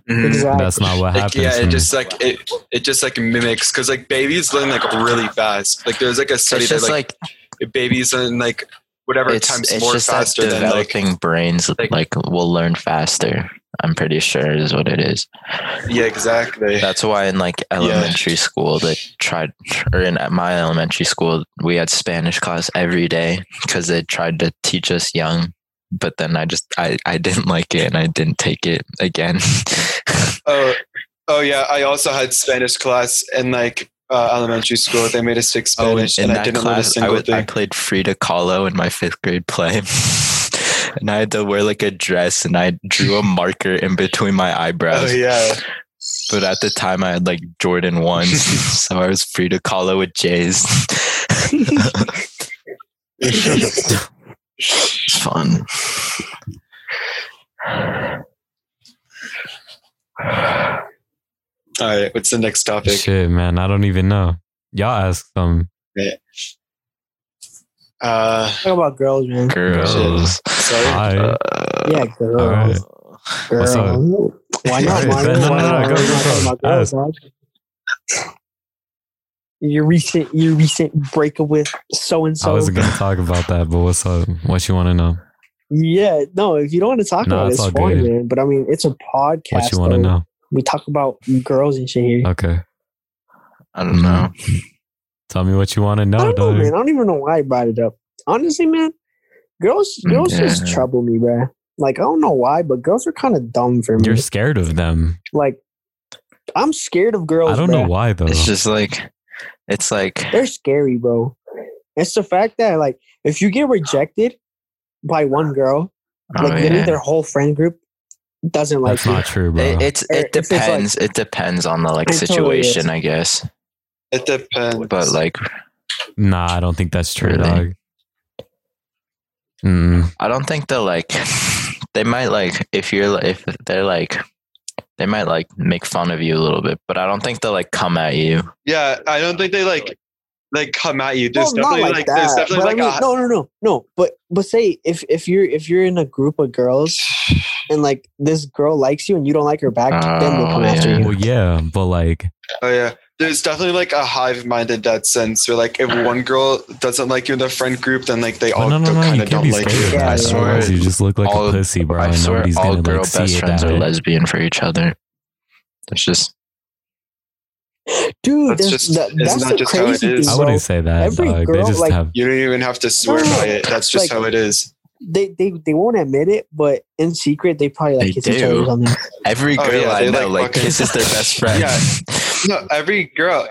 Speaker 2: Mm-hmm.
Speaker 4: Mhm.
Speaker 3: Exactly.
Speaker 1: That's not what
Speaker 4: Like,
Speaker 1: happens.
Speaker 4: yeah, it
Speaker 1: man.
Speaker 4: just like it, it just like mimics because like babies learn like really fast. Like there's like a study
Speaker 2: It's
Speaker 4: that
Speaker 2: just
Speaker 4: like,
Speaker 2: like
Speaker 4: babies learn like whatever
Speaker 2: it's,
Speaker 4: times
Speaker 2: it's
Speaker 4: more
Speaker 2: just
Speaker 4: faster
Speaker 2: that
Speaker 4: than like
Speaker 2: developing brains
Speaker 4: like-
Speaker 2: like, will learn faster. I'm pretty sure is what it is.
Speaker 4: yeah exactly.
Speaker 2: That's why in like elementary school they tried, or in my elementary school we had Spanish class every day because they tried to teach us young. But then I just I I didn't like it and I didn't take it again.
Speaker 4: Oh, oh yeah. I also had Spanish class in like uh, elementary school. They made us speak
Speaker 1: Oh,
Speaker 4: Spanish,
Speaker 2: in
Speaker 4: Oh, and I
Speaker 2: that
Speaker 4: didn't learn a
Speaker 2: class I,
Speaker 4: single
Speaker 2: would, I
Speaker 4: thing.
Speaker 2: played Frida Kahlo in my fifth grade play. And I had to wear like a dress, and I drew a marker in between my eyebrows.
Speaker 4: Oh yeah,
Speaker 2: But at the time, I had like Jordan ones, so I was free to call it with J's. it's fun.
Speaker 4: All right, what's the next topic?
Speaker 1: Shit, man, I don't even know. Y'all ask them.
Speaker 4: Uh,
Speaker 3: Talk about girls, man.
Speaker 2: Girls.
Speaker 4: sorry.
Speaker 1: Hi.
Speaker 2: Uh,
Speaker 3: Yeah, girls.
Speaker 1: All right. What's up?
Speaker 3: Girls. Why not?
Speaker 1: Alright,
Speaker 3: Why
Speaker 1: Ben,
Speaker 3: not?
Speaker 1: no,
Speaker 3: Why
Speaker 1: no, no,
Speaker 3: not?
Speaker 1: go, go,
Speaker 3: Why not
Speaker 1: go.
Speaker 3: talk about girls, dog? Your recent, your recent breakup with so and
Speaker 1: I
Speaker 3: so.
Speaker 1: wasn't gonna talk about that, but what's up? What you want to know?
Speaker 3: Yeah, no. If you don't want to talk
Speaker 1: No,
Speaker 3: about it,
Speaker 1: it's
Speaker 3: it's
Speaker 1: all
Speaker 3: fine,
Speaker 1: good.
Speaker 3: man. But I mean, it's a podcast.
Speaker 1: What you want to
Speaker 3: though.
Speaker 1: know?
Speaker 3: We talk about girls and shit here.
Speaker 1: Okay,
Speaker 2: I don't know.
Speaker 1: tell me what you want to
Speaker 3: I
Speaker 1: know,
Speaker 3: don't know,
Speaker 1: dog.
Speaker 3: man. I don't even know why I brought it up. Honestly, man, girls,
Speaker 2: Mm,
Speaker 3: girls
Speaker 2: yeah.
Speaker 3: just trouble me, bruh. Like I don't know why, but girls are kind of dumb for me.
Speaker 1: You're scared of them.
Speaker 3: like, I'm scared of girls.
Speaker 1: I don't know
Speaker 3: bruh.
Speaker 1: why though.
Speaker 2: It's just like, it's like,
Speaker 3: They're scary, bro. It's the fact that like if you get rejected by one girl,
Speaker 2: oh,
Speaker 3: like literally
Speaker 2: yeah.
Speaker 3: their whole friend group doesn't like
Speaker 1: That's
Speaker 3: you.
Speaker 1: not true, bro.
Speaker 2: It, it's it
Speaker 3: It's just like-
Speaker 2: depends. it depends on the like
Speaker 3: It totally is.
Speaker 2: situation, I guess.
Speaker 4: It depends.
Speaker 2: But like,
Speaker 1: nah, I don't think that's true,
Speaker 2: Really?
Speaker 1: dog. Mm,
Speaker 2: I don't think they're like. They might like if you're li- if they're like, they might like make fun of you a little bit, but I don't think they'll like come at you.
Speaker 4: yeah, I don't think they like like come at you. There's
Speaker 3: No,
Speaker 4: definitely like, there's definitely
Speaker 3: but
Speaker 4: like
Speaker 3: I mean,
Speaker 4: a
Speaker 3: no, no, no, no. But but say if if you're if you're in a group of girls and like this girl likes you and you don't like her back, then they'll come
Speaker 2: Oh,
Speaker 3: after
Speaker 2: yeah.
Speaker 3: you.
Speaker 1: well, yeah, but like,
Speaker 4: oh yeah. There's definitely like a hive mind in that sense where like if one girl doesn't like you in their friend group, then like they
Speaker 1: but
Speaker 4: all
Speaker 1: no, no, no,
Speaker 4: kind
Speaker 1: you can't
Speaker 4: of don't
Speaker 1: be
Speaker 4: like
Speaker 1: scared of
Speaker 4: you.
Speaker 1: that.
Speaker 3: Yeah,
Speaker 2: I swear.
Speaker 1: otherwise you just look like
Speaker 2: All-
Speaker 1: a pussy, bro,
Speaker 2: I
Speaker 1: and
Speaker 2: swear,
Speaker 1: nobody's
Speaker 2: all
Speaker 1: gonna
Speaker 2: girl
Speaker 1: like
Speaker 2: best
Speaker 1: see it
Speaker 2: friends
Speaker 1: that
Speaker 2: are
Speaker 1: way.
Speaker 2: lesbian for each other. That's just
Speaker 3: Dude, that's,
Speaker 4: That's just-
Speaker 3: that,
Speaker 4: it's
Speaker 3: that's
Speaker 4: not
Speaker 3: the
Speaker 4: just how it
Speaker 3: crazy
Speaker 4: is.
Speaker 1: I
Speaker 3: thing, bro.
Speaker 1: wouldn't say that,
Speaker 3: every
Speaker 1: dog.
Speaker 3: girl,
Speaker 1: they just
Speaker 3: like-
Speaker 1: have.
Speaker 4: You don't even have to swear
Speaker 3: No,
Speaker 4: by it. That's just
Speaker 3: like-
Speaker 4: how it is.
Speaker 3: They, they they won't admit it, but in secret they probably like
Speaker 2: They
Speaker 3: kiss each
Speaker 2: do.
Speaker 3: other or something.
Speaker 2: every
Speaker 4: Oh,
Speaker 2: girl
Speaker 4: yeah,
Speaker 2: I
Speaker 4: they,
Speaker 2: know
Speaker 4: like,
Speaker 2: like,
Speaker 4: fucking-
Speaker 2: kisses their best friend.
Speaker 4: Yeah. No, every girl.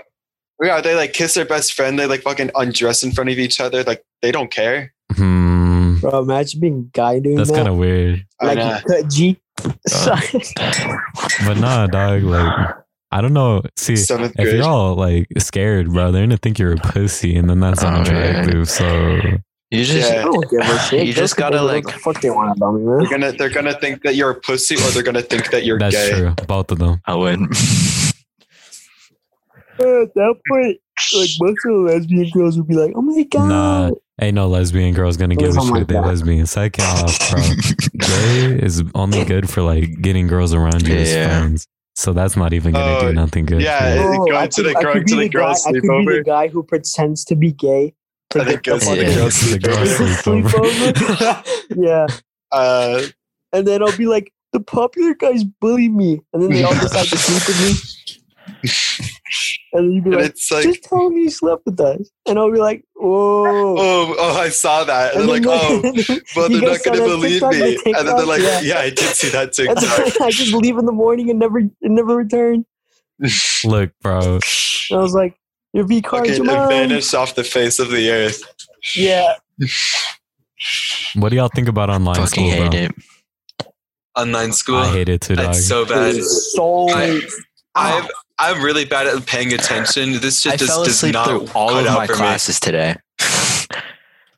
Speaker 4: Yeah, they like kiss their best friend. They like fucking undress in front of each other. Like they don't care.
Speaker 1: Hmm,
Speaker 3: Bro, imagine being a guy doing
Speaker 1: that's
Speaker 3: that.
Speaker 1: kind of weird,
Speaker 4: I
Speaker 3: like
Speaker 4: know.
Speaker 3: you cut G.
Speaker 1: but nah, dog. Like, I don't know. See,
Speaker 4: Seventh
Speaker 1: if
Speaker 4: grade.
Speaker 1: you're all like scared, bro, they're gonna think you're a pussy, and then that's
Speaker 2: Oh, yeah.
Speaker 1: unattractive. So
Speaker 2: You just
Speaker 3: I
Speaker 4: Yeah.
Speaker 3: don't give a shit.
Speaker 2: You
Speaker 3: Girls
Speaker 2: just
Speaker 3: can
Speaker 2: gotta,
Speaker 3: do whatever
Speaker 2: like-
Speaker 3: the fuck they want about me,
Speaker 4: They're
Speaker 3: man.
Speaker 4: gonna they're gonna think that you're a pussy, or they're gonna think that you're
Speaker 1: that's
Speaker 4: gay.
Speaker 1: true. Both of them.
Speaker 2: I wouldn't.
Speaker 3: At that point, like most of the lesbian girls would be like, "Oh my god,
Speaker 1: Nah, ain't no lesbian girl's gonna give a
Speaker 3: Oh my
Speaker 1: shit. They
Speaker 3: God.
Speaker 1: lesbian. Second off, bro, gay is only good for like getting girls around you as
Speaker 2: Yeah.
Speaker 1: friends. So that's not even gonna
Speaker 3: Uh,
Speaker 4: Oh,
Speaker 1: do nothing good.
Speaker 4: yeah,
Speaker 1: for you.
Speaker 4: it-
Speaker 3: Bro,
Speaker 4: going
Speaker 3: Oh, I
Speaker 4: to
Speaker 3: could-
Speaker 4: the
Speaker 3: I
Speaker 4: girl-
Speaker 3: could
Speaker 4: to
Speaker 3: be
Speaker 4: the girl
Speaker 3: guy- I could be the
Speaker 4: sleepover.
Speaker 3: guy who pretends to be gay to
Speaker 4: I think
Speaker 3: get the
Speaker 4: girls
Speaker 2: fuck
Speaker 1: Yeah,
Speaker 2: out.
Speaker 4: the girls
Speaker 1: it's the girl
Speaker 4: sleepover.
Speaker 1: sleepover.
Speaker 3: sleepover. yeah,
Speaker 4: Uh,
Speaker 3: and then I'll be like, "The popular guys bully me," and then they all decide to sleep with me. And you'd be
Speaker 4: and
Speaker 3: like,
Speaker 4: it's like,
Speaker 3: "Just tell me you slept with us," and I'll be like, "Whoa."
Speaker 4: oh, oh, I saw that. And
Speaker 3: And
Speaker 4: they're like,
Speaker 3: then-
Speaker 4: oh, but
Speaker 3: You
Speaker 4: they're
Speaker 3: guys
Speaker 4: not gonna
Speaker 3: saw that
Speaker 4: believe
Speaker 3: TikTok,
Speaker 4: me.
Speaker 3: that
Speaker 4: And then they're like,
Speaker 3: TikTok?
Speaker 4: yeah, I did see that
Speaker 3: And then
Speaker 4: TikTok.
Speaker 3: I just leave in the morning and never and never return.
Speaker 1: Look, bro,
Speaker 3: And I was like, "Your V cards
Speaker 4: Fucking
Speaker 3: are mine."
Speaker 4: vanish off the face of the earth.
Speaker 3: Yeah,
Speaker 1: what do y'all think about online
Speaker 2: Fucking
Speaker 1: school, bro?
Speaker 2: hate it.
Speaker 5: online school.
Speaker 1: I hate it too, dog.
Speaker 5: That's so bad.
Speaker 3: it's so
Speaker 5: I-
Speaker 3: Ah.
Speaker 5: I'm I'm really bad at paying attention. This shit
Speaker 2: I
Speaker 5: just
Speaker 2: fell
Speaker 5: does
Speaker 2: asleep
Speaker 5: not
Speaker 2: through all
Speaker 5: cut
Speaker 2: of
Speaker 5: out
Speaker 2: my
Speaker 5: for me.
Speaker 2: classes today.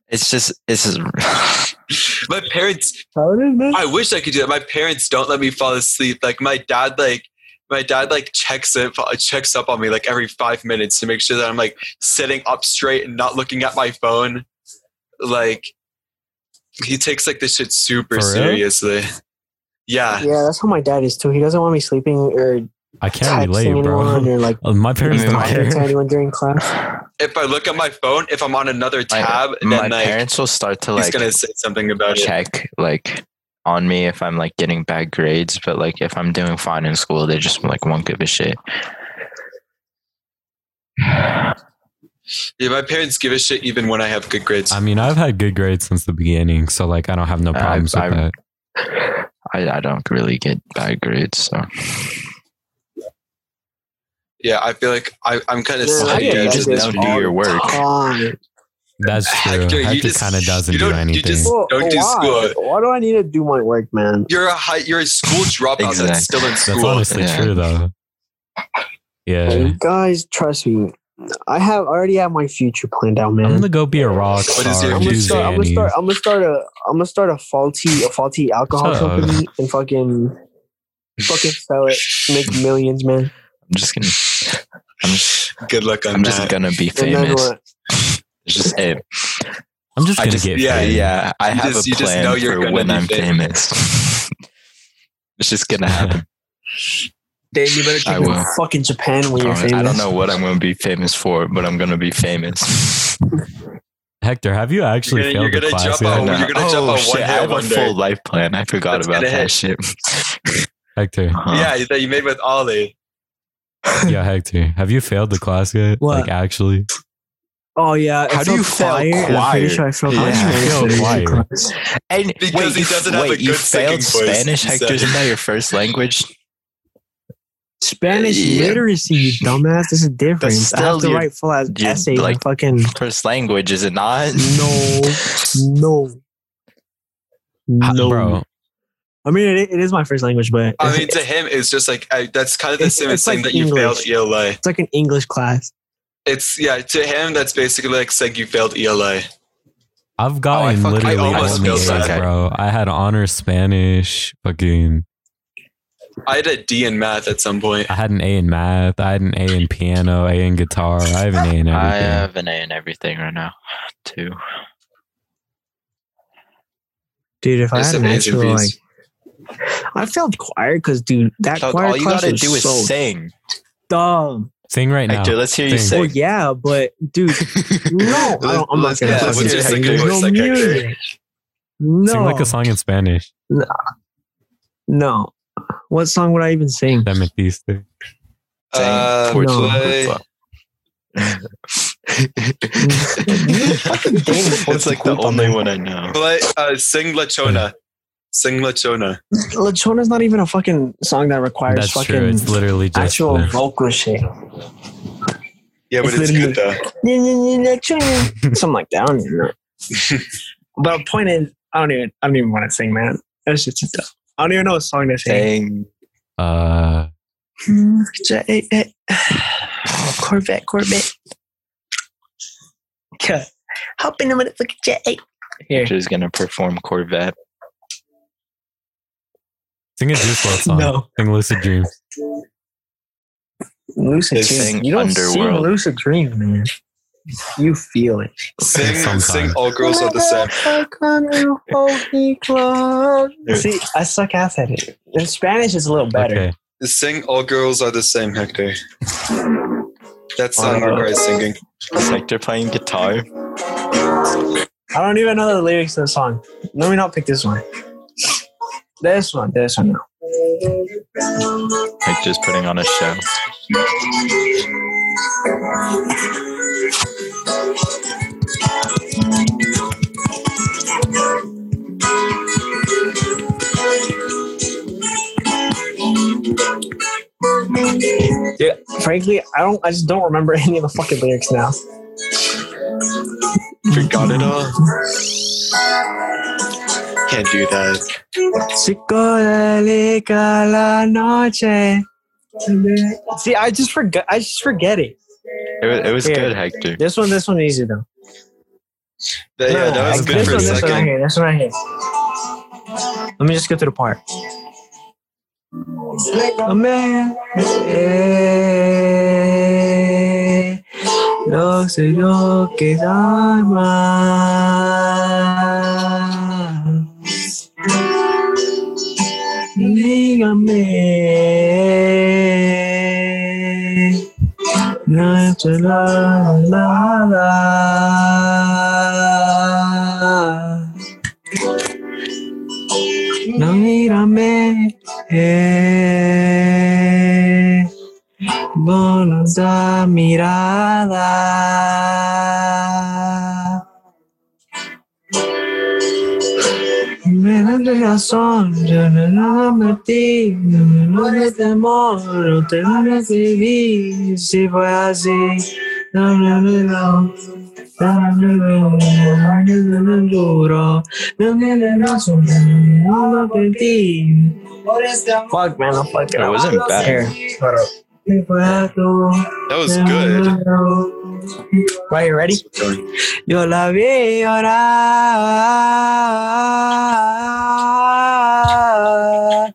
Speaker 2: It's just, it's just.
Speaker 5: My parents.
Speaker 3: How did man?
Speaker 5: I wish I could do that. My parents don't let me fall asleep. Like my dad, like my dad, like checks it, checks up on me like every five minutes to make sure that I'm like sitting up straight and not looking at my phone. Like he takes like this shit super
Speaker 1: For real?
Speaker 5: seriously. Yeah.
Speaker 3: Yeah, that's how my dad is too. He doesn't want me sleeping or
Speaker 1: I can't
Speaker 3: texting
Speaker 1: relate,
Speaker 3: anyone
Speaker 1: bro.
Speaker 3: or like
Speaker 1: Uh, My parents
Speaker 2: mean,
Speaker 1: don't
Speaker 2: my
Speaker 3: talking to
Speaker 1: care.
Speaker 3: anyone during class.
Speaker 5: If I look at my phone, if I'm on another tab, then
Speaker 2: my
Speaker 5: like
Speaker 2: parents will start to
Speaker 5: he's
Speaker 2: like
Speaker 5: gonna say something about it.
Speaker 2: check like on me if I'm like getting bad grades, but like if I'm doing fine in school, they just like won't give a shit.
Speaker 5: Yeah, my parents give a shit even when I have good grades.
Speaker 1: I mean, I've had good grades since the beginning, so like I don't have no
Speaker 2: I've-
Speaker 1: problems with
Speaker 2: I've-
Speaker 1: that.
Speaker 2: I, I don't really get bad grades, so
Speaker 5: yeah, I feel like I, I'm kind of
Speaker 3: Yeah, I
Speaker 5: slutty.
Speaker 3: get
Speaker 5: I
Speaker 3: that
Speaker 5: just
Speaker 3: shit
Speaker 5: don't
Speaker 3: all
Speaker 2: do
Speaker 5: do your
Speaker 2: your work.
Speaker 3: Fine.
Speaker 1: That's true.
Speaker 5: Dude, you
Speaker 1: Hector
Speaker 5: just-
Speaker 1: kind of doesn't
Speaker 5: you
Speaker 1: do
Speaker 5: don't- you
Speaker 1: anything.
Speaker 5: just-
Speaker 3: Well,
Speaker 5: Don't do
Speaker 3: why?
Speaker 5: school.
Speaker 3: Why do I need to do my work, man?
Speaker 5: You're a high, you're a school dropout
Speaker 2: Exactly.
Speaker 5: that's still in
Speaker 1: That's
Speaker 5: school.
Speaker 1: honestly
Speaker 2: Yeah.
Speaker 1: true, though. Yeah.
Speaker 3: Like, guys, trust me. I have I already have my future planned out, man.
Speaker 1: I'm gonna go be a rock
Speaker 5: What is
Speaker 1: star.
Speaker 5: your-
Speaker 3: I'm
Speaker 1: do
Speaker 3: gonna start. mm-hmm. I'm gonna
Speaker 1: Xannies.
Speaker 3: start. I'm gonna start a. I'm gonna start a faulty, a faulty alcohol
Speaker 1: Shut up.
Speaker 3: company and fucking, fucking sell it, make millions,
Speaker 2: I'm
Speaker 3: man.
Speaker 2: just gonna. I'm just,
Speaker 5: Good luck on
Speaker 2: I'm
Speaker 5: that.
Speaker 2: just gonna be
Speaker 3: And then
Speaker 2: famous.
Speaker 3: what?
Speaker 2: It's just hey,
Speaker 1: I'm just
Speaker 2: I
Speaker 1: gonna
Speaker 2: just-
Speaker 1: get
Speaker 5: yeah,
Speaker 2: yeah,
Speaker 1: paid.
Speaker 2: yeah. I
Speaker 5: You
Speaker 2: have
Speaker 5: just-
Speaker 2: a
Speaker 5: you just
Speaker 2: plan
Speaker 5: know you're
Speaker 2: for
Speaker 5: gonna
Speaker 2: when
Speaker 5: be
Speaker 2: I'm famous. it's just gonna happen.
Speaker 3: Dave, you better
Speaker 2: I
Speaker 3: take me
Speaker 2: will.
Speaker 3: to fucking Japan when you're famous.
Speaker 2: I don't know what I'm gonna be famous for, but I'm gonna be famous.
Speaker 1: Hector, have you actually
Speaker 5: You're gonna-
Speaker 1: failed the
Speaker 5: you're gonna
Speaker 1: class
Speaker 5: jump
Speaker 1: yet?
Speaker 5: out- Oh, you're gonna jump on
Speaker 2: Oh,
Speaker 5: one
Speaker 2: shit, I
Speaker 5: hit
Speaker 2: have a
Speaker 5: wonder.
Speaker 2: full life plan. I forgot
Speaker 5: That's
Speaker 2: about
Speaker 5: gonna
Speaker 2: that
Speaker 5: hit.
Speaker 2: shit. Uh-huh.
Speaker 1: Hector,
Speaker 2: Huh.
Speaker 5: Yeah, that you made with Ollie.
Speaker 1: yeah, Hector, have you failed the class yet?
Speaker 3: What?
Speaker 1: Like actually,
Speaker 3: Oh yeah,
Speaker 2: How
Speaker 3: I
Speaker 2: do
Speaker 3: felt
Speaker 2: you fail
Speaker 3: choir, and I'm pretty
Speaker 2: choir?
Speaker 3: sure I felt
Speaker 2: Yeah.
Speaker 1: How do you fail
Speaker 3: choir.
Speaker 1: choir?
Speaker 2: And wait,
Speaker 5: Because he
Speaker 2: you-
Speaker 5: doesn't have a
Speaker 2: wait, you
Speaker 5: good singing
Speaker 2: failed
Speaker 5: voice,
Speaker 2: Spanish,
Speaker 5: he
Speaker 2: Hector.
Speaker 5: said.
Speaker 2: Isn't that your first language?
Speaker 3: Spanish
Speaker 2: Yeah.
Speaker 3: literacy, you dumbass. This is different.
Speaker 2: That's
Speaker 3: I have
Speaker 2: still
Speaker 3: to
Speaker 2: your-
Speaker 3: write full ass
Speaker 2: your,
Speaker 3: essays and
Speaker 2: like-
Speaker 3: fucking
Speaker 2: First language, is it not?
Speaker 3: no, no,
Speaker 1: Ha-
Speaker 3: no.
Speaker 1: bro.
Speaker 3: I mean, it, it is my first language, but
Speaker 5: I
Speaker 3: it's,
Speaker 5: mean, to him, it's just like I, that's kind of the
Speaker 3: It's-
Speaker 5: same
Speaker 3: it's
Speaker 5: as saying
Speaker 3: like
Speaker 5: that you failed
Speaker 3: English.
Speaker 5: ELA.
Speaker 3: it's like an English class.
Speaker 5: It's yeah, to him, that's basically like saying you failed E ELA.
Speaker 1: I've gotten
Speaker 2: fuck- Oh, I
Speaker 1: literally
Speaker 5: almost
Speaker 1: only
Speaker 5: failed
Speaker 1: A's,
Speaker 5: that.
Speaker 1: bro. I had honor Spanish, fucking.
Speaker 5: I had a D in math at some point.
Speaker 1: I had an A in math. I had an A in piano. A in guitar. I have an A in everything.
Speaker 2: I have an A in everything right now, too.
Speaker 3: Dude, if I
Speaker 5: That's
Speaker 3: had an
Speaker 5: amazing
Speaker 3: actual like,
Speaker 5: piece.
Speaker 3: I failed choir because dude, that
Speaker 2: Chuck,
Speaker 3: choir
Speaker 2: all you
Speaker 3: class
Speaker 2: gotta
Speaker 3: was
Speaker 2: do is
Speaker 3: so
Speaker 2: sing.
Speaker 3: dumb.
Speaker 1: Sing right now.
Speaker 2: Hector, let's hear you
Speaker 1: Sing.
Speaker 3: Well,
Speaker 2: sing.
Speaker 3: yeah, but dude, no, I don't, I'm not
Speaker 4: Let's-
Speaker 3: gonna
Speaker 5: let's-
Speaker 3: fucking
Speaker 5: let's just
Speaker 3: sing.
Speaker 5: sing
Speaker 3: There's
Speaker 5: a
Speaker 3: no
Speaker 5: voice like that.
Speaker 3: music. No,
Speaker 1: Sing like a song in Spanish.
Speaker 3: no. What song would I even sing?
Speaker 1: That Metiste.
Speaker 2: Sing.
Speaker 5: Uh,
Speaker 2: Portugal.
Speaker 5: play-
Speaker 2: it's like the only one I know.
Speaker 5: play, uh, sing Lachona. Sing Lachona.
Speaker 3: Lachona's not even a fucking song that requires
Speaker 1: That's
Speaker 3: fucking
Speaker 1: true. It's literally just
Speaker 3: actual
Speaker 1: the-
Speaker 3: vocal shit.
Speaker 4: Yeah, but
Speaker 3: It's
Speaker 4: it's good though.
Speaker 3: Something like that. I don't even know. but the point is, I don't even, I don't even want to sing, man. That's just, I don't even know what song to sing.
Speaker 2: Sing.
Speaker 1: uh
Speaker 3: Corvette, Corvette. Okay. Hop in the motherfucking jet. Here.
Speaker 2: Hector's gonna perform Corvette.
Speaker 1: sing a Juice WRLD song.
Speaker 3: No.
Speaker 1: Sing Lucid Dreams.
Speaker 3: Lucid
Speaker 2: They
Speaker 3: Dreams.
Speaker 2: sing
Speaker 3: You don't
Speaker 2: Underworld.
Speaker 3: see lucid dreams, man. You feel it.
Speaker 4: Sing,
Speaker 1: Sometime.
Speaker 4: sing all girls are the same.
Speaker 3: See, I suck ass at it. In Spanish, it's a little better.
Speaker 1: Okay.
Speaker 4: Sing all girls are the same, Hector. That song requires singing.
Speaker 2: Is Hector playing guitar?
Speaker 3: I don't even know the lyrics to the song. Let me not pick this one. This one, this one. No.
Speaker 2: Like just putting on a show.
Speaker 3: Dude, frankly, I don't. I just don't remember any of the fucking lyrics now.
Speaker 4: Forgot it all. Can't do that.
Speaker 3: Psicodélica la noche. See, I just forget. I just forget it.
Speaker 2: It was, it was
Speaker 3: Yeah.
Speaker 2: good, Hector.
Speaker 3: This one, this one, easy though.
Speaker 4: That- yeah,
Speaker 3: No,
Speaker 4: that was
Speaker 3: like,
Speaker 4: good
Speaker 3: this
Speaker 4: for a
Speaker 3: one, This one right
Speaker 4: second.
Speaker 3: here. This one right here. Let me just go to the part. A man, eh, no sé lo que da más. Dígame. No he hecho nada, nada. No mírame. Eh, bonita mirada. Me das la razón, yo no lo advertí, no me mueres de amor, no te lo recibí, si fue así, no, no, no, no. No, no, no, no, no, no, no, duro. No me das la razón, no lo advertí. Fuck, man, I'm fucking
Speaker 2: It
Speaker 3: up.
Speaker 2: wasn't bad.
Speaker 3: Here, hold up. Si fue así,
Speaker 4: That was good.
Speaker 3: Right, you ready? Yo la vi llorar.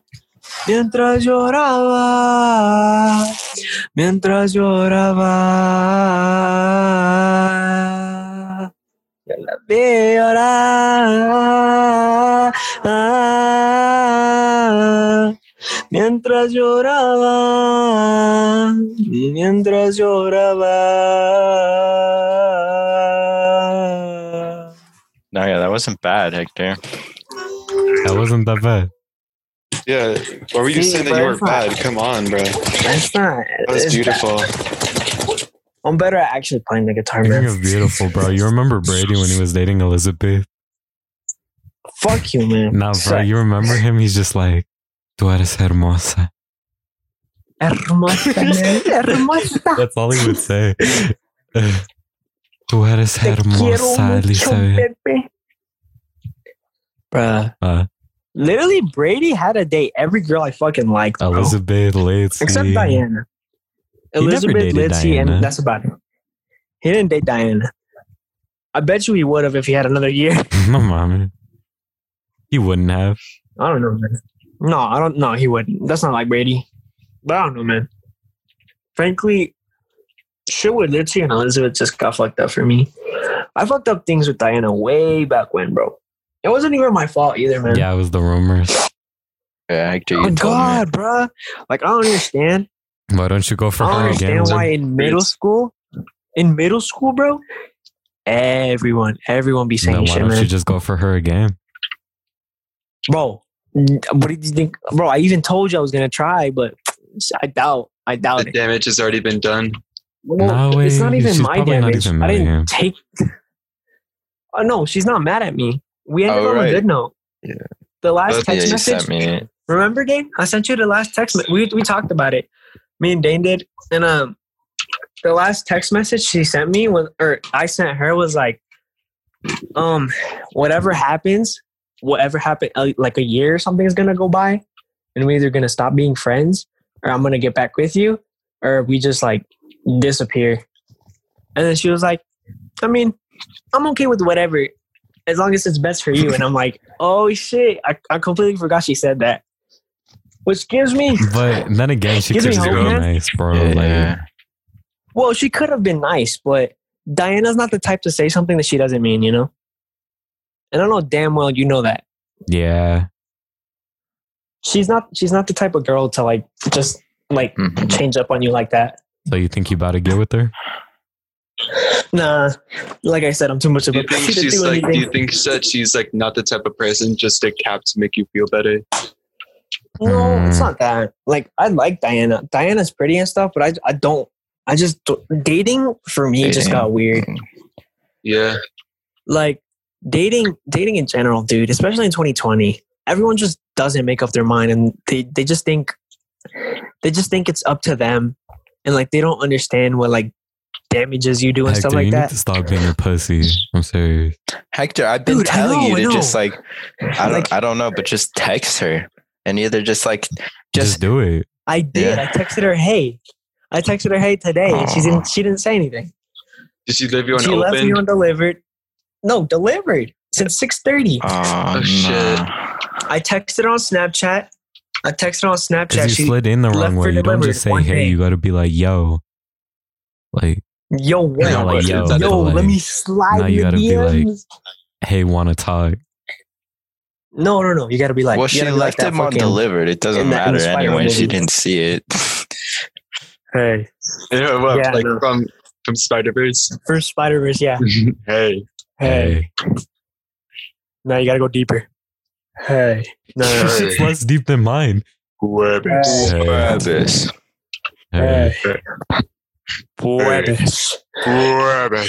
Speaker 3: Mientras lloraba, mientras lloraba, yo la vi llorar. Mientras lloraba, mientras lloraba.
Speaker 2: No, yeah, that wasn't bad, Hector.
Speaker 1: That wasn't that bad.
Speaker 4: Yeah. Or were you
Speaker 3: See,
Speaker 4: saying that
Speaker 3: bro,
Speaker 4: you were
Speaker 3: it's not-
Speaker 4: bad? Come on, bro. That
Speaker 3: That's not.
Speaker 4: was beautiful.
Speaker 3: I'm better at actually playing the guitar,
Speaker 1: Speaking
Speaker 3: man.
Speaker 1: of beautiful, bro, you remember Brady when he was dating Elizabeth?
Speaker 3: Fuck you, man.
Speaker 1: Nah, bro,
Speaker 3: Sorry.
Speaker 1: you remember him? He's just like, tú eres hermosa.
Speaker 3: Hermosa, man. Hermosa.
Speaker 1: That's all he would say. tú eres
Speaker 3: Te quiero
Speaker 1: hermosa,
Speaker 3: mucho,
Speaker 1: Elizabeth.
Speaker 3: Pepe. Bruh.
Speaker 1: Uh,
Speaker 3: Literally, Brady had a date every girl I fucking liked, bro.
Speaker 1: Elizabeth Lindsay.
Speaker 3: Except Diana.
Speaker 1: He never
Speaker 3: Elizabeth
Speaker 1: dated
Speaker 3: Lindsay,
Speaker 1: Diana.
Speaker 3: and that's about it. He didn't date Diana. I bet you he would have if he had another year.
Speaker 1: No, mommy. He wouldn't have.
Speaker 3: I don't know, man. No, I don't know. He wouldn't. That's not like Brady. But I don't know, man. Frankly, shit with Lindsay and Elizabeth just got fucked up for me. I fucked up things with Diana way back when, bro. It wasn't even my fault either, man.
Speaker 1: Yeah, it was the rumors.
Speaker 2: Yeah, Hector, you
Speaker 3: Oh
Speaker 2: told
Speaker 3: God, bruh. Like I don't understand.
Speaker 1: Why don't you go for
Speaker 3: I don't
Speaker 1: her again?
Speaker 3: understand why in middle
Speaker 4: It's-
Speaker 3: school, in middle school, bro, everyone, everyone be saying
Speaker 1: Then why
Speaker 3: shit,
Speaker 1: don't you
Speaker 3: man.
Speaker 1: just go for her again?
Speaker 3: bro, n- what did you think, bro? I even told you I was gonna try, but I doubt, I
Speaker 5: The
Speaker 3: doubt it.
Speaker 5: damage has already been done.
Speaker 3: Well,
Speaker 1: No
Speaker 3: it's
Speaker 1: way.
Speaker 3: not even
Speaker 1: She's
Speaker 3: my
Speaker 1: probably not
Speaker 3: damage.
Speaker 1: even
Speaker 3: I
Speaker 1: mad at
Speaker 3: didn't
Speaker 1: him.
Speaker 3: take. Oh no, she's not mad at me. We ended
Speaker 2: Oh,
Speaker 3: on
Speaker 2: right.
Speaker 3: a good note.
Speaker 2: Yeah.
Speaker 3: The
Speaker 2: me.
Speaker 3: last
Speaker 2: Yeah,
Speaker 3: text
Speaker 2: you
Speaker 3: message
Speaker 2: sent me. it.
Speaker 3: Remember, Dane? I sent you the last text. me- We we talked about it. Me and Dane did, and um, the last text message she sent me was, or I sent her was like, um, whatever happens, whatever happened, uh, like a year or something is gonna go by, and we're either gonna stop being friends, or I'm gonna get back with you, or we just like disappear. And then she was like, I mean, I'm okay with whatever, as long as it's best for you. And I'm like, oh shit, I, I completely forgot she said that. Which gives me,
Speaker 1: But then again, she
Speaker 3: Give
Speaker 1: could
Speaker 3: me
Speaker 1: be
Speaker 3: hope, man.
Speaker 1: nice, bro.
Speaker 2: Yeah,
Speaker 1: Like,
Speaker 2: yeah.
Speaker 3: well, she could have been nice, but Diana's not the type to say something that she doesn't mean, you know? And I know damn well you know that.
Speaker 1: yeah.
Speaker 3: She's not she's not the type of girl to like just like
Speaker 2: Mhm.
Speaker 3: change up on you like that.
Speaker 1: So you think you about to get with her?
Speaker 3: Nah. Like I said, I'm too much of
Speaker 5: Do
Speaker 3: a
Speaker 5: you think
Speaker 3: she didn't
Speaker 5: she's
Speaker 3: do
Speaker 5: like? Do
Speaker 3: anything.
Speaker 5: you think that she's like not the type of person just to cap to make you feel better?
Speaker 3: No, it's
Speaker 1: Mm.
Speaker 3: not that. Like I like Diana. Diana's pretty and stuff, but I I don't. I just don't- dating for me just
Speaker 2: Dating.
Speaker 3: got weird.
Speaker 5: Yeah,
Speaker 3: Like dating, dating in general, dude. Especially in 2020, everyone just doesn't make up their mind, and they they just think they just think it's up to them, and like they don't understand what like damages you do and
Speaker 1: Hector,
Speaker 3: stuff like
Speaker 1: you
Speaker 3: that.
Speaker 1: need to stop being a pussy. I'm serious.
Speaker 2: Hector, I've been
Speaker 3: Dude, I
Speaker 2: telling
Speaker 3: know,
Speaker 2: you
Speaker 3: I
Speaker 2: to
Speaker 3: know.
Speaker 2: just like, I don't,
Speaker 3: Like-
Speaker 2: I don't know, but just text her and either just like,
Speaker 1: Just,
Speaker 2: just,
Speaker 1: do it.
Speaker 3: I did.
Speaker 2: Yeah.
Speaker 3: I texted her, hey. I texted her, hey, today, and she didn't. She didn't say anything.
Speaker 5: did she leave you on
Speaker 3: she
Speaker 5: open?
Speaker 3: left me on delivered. No, delivered since six thirty.
Speaker 1: Uh.
Speaker 2: oh,
Speaker 5: Oh, shit.
Speaker 2: no.
Speaker 3: I texted her on Snapchat. I texted her on Snapchat.
Speaker 1: Because you
Speaker 3: She,
Speaker 1: slid in the
Speaker 3: left
Speaker 1: wrong
Speaker 3: for
Speaker 1: way. You don't
Speaker 3: delivery
Speaker 1: just say,
Speaker 3: one
Speaker 1: hey,
Speaker 3: day.
Speaker 1: you got to be like, yo. Like,
Speaker 3: yo, what?
Speaker 1: Yeah, like, yo,
Speaker 3: yo,
Speaker 1: like-
Speaker 3: let me
Speaker 1: now
Speaker 3: slide
Speaker 1: you
Speaker 3: your
Speaker 1: gotta be like-
Speaker 3: DMs.
Speaker 1: hey, want to talk?
Speaker 3: no, no, no. You gotta be like.
Speaker 2: well,
Speaker 3: you
Speaker 2: she
Speaker 3: gotta be like
Speaker 2: left
Speaker 3: that
Speaker 2: him on
Speaker 3: fucking-
Speaker 2: delivered. It doesn't
Speaker 3: in that- in
Speaker 2: matter
Speaker 3: the Spider-Man
Speaker 2: anyway. She
Speaker 3: movie.
Speaker 2: didn't see it.
Speaker 3: Hey,
Speaker 5: Yeah, what,
Speaker 3: Yeah, I
Speaker 5: like
Speaker 3: know.
Speaker 5: from from Spider Verse.
Speaker 3: first Spider Verse, yeah.
Speaker 5: hey,
Speaker 3: Hey. now you gotta go deeper. Hey, no, no, no,
Speaker 1: it's less deep than mine.
Speaker 5: whoever.
Speaker 3: Hey.
Speaker 1: Hey.
Speaker 2: Travis.
Speaker 1: Hey.
Speaker 3: Hey. Puedes. Puedes.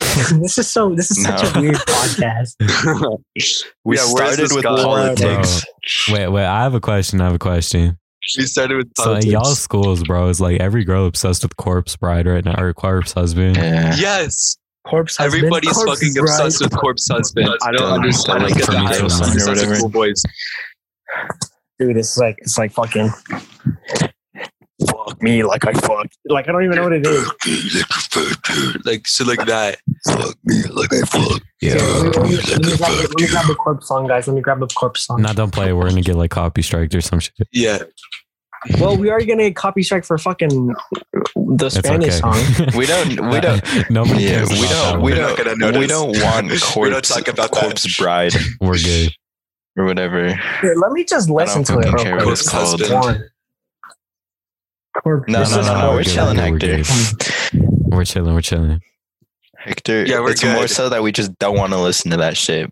Speaker 3: this is so. This is such
Speaker 2: No.
Speaker 3: a weird podcast.
Speaker 2: We
Speaker 5: Yeah, where's
Speaker 2: started
Speaker 5: this
Speaker 2: with
Speaker 5: guy?
Speaker 2: politics.
Speaker 3: Oh,
Speaker 1: Wait, wait. I have a question. I have a question.
Speaker 5: We started with
Speaker 1: So in
Speaker 5: politics.
Speaker 1: y'all's schools, bro, is like every girl obsessed with corpse bride right now or corpse husband.
Speaker 2: Yeah.
Speaker 5: yes,
Speaker 3: Corpse husband.
Speaker 5: everybody's
Speaker 3: Corpse
Speaker 5: fucking
Speaker 3: bride.
Speaker 5: obsessed with corpse husband. I don't
Speaker 2: Yeah.
Speaker 5: understand. I
Speaker 2: Like
Speaker 5: don't get
Speaker 2: for
Speaker 5: the
Speaker 2: me,
Speaker 5: hype.
Speaker 2: so
Speaker 5: It's
Speaker 2: mine or
Speaker 5: obsessed with
Speaker 2: whatever.
Speaker 5: cool boys.
Speaker 3: dude. It's like it's like fucking. Fuck me, like I fucked. Like I don't even know what it is.
Speaker 4: food, dude. Like shit like that.
Speaker 2: Fuck me like I fuck.
Speaker 3: Okay, let, me, let, me,
Speaker 2: Fuck
Speaker 3: let, me
Speaker 2: you like
Speaker 3: grab,
Speaker 2: I
Speaker 3: let me grab the corpse song, guys. Let me grab the corpse song.
Speaker 1: Nah, don't play. it. We're gonna get like copy striked or some shit.
Speaker 4: Yeah.
Speaker 3: well, we are gonna get copy strike for fucking the
Speaker 1: It's
Speaker 3: Spanish
Speaker 1: okay.
Speaker 3: song.
Speaker 2: We don't. We don't.
Speaker 1: Nobody
Speaker 2: Yeah,
Speaker 1: cares.
Speaker 2: we
Speaker 1: about that
Speaker 2: don't.
Speaker 1: one.
Speaker 2: We
Speaker 4: We're not
Speaker 2: don't.
Speaker 4: gonna notice.
Speaker 2: We don't
Speaker 4: We
Speaker 2: want
Speaker 4: don't
Speaker 2: corpse.
Speaker 4: talk about that.
Speaker 2: corpse bride
Speaker 1: We're good.
Speaker 2: or whatever.
Speaker 3: Here, let me just listen to
Speaker 2: fucking
Speaker 3: it
Speaker 2: care
Speaker 3: real
Speaker 2: what
Speaker 3: quick.
Speaker 4: it's called.
Speaker 3: One. Corpse-
Speaker 2: No,
Speaker 3: this
Speaker 2: no,
Speaker 3: is
Speaker 2: no, no,
Speaker 3: how-
Speaker 2: we're
Speaker 1: good,
Speaker 2: chilling,
Speaker 1: good, we're We're chilling. We're chilling.
Speaker 2: Hector.
Speaker 4: Yeah, we're
Speaker 2: it's more
Speaker 4: good.
Speaker 2: so that we just don't want to listen to that shit.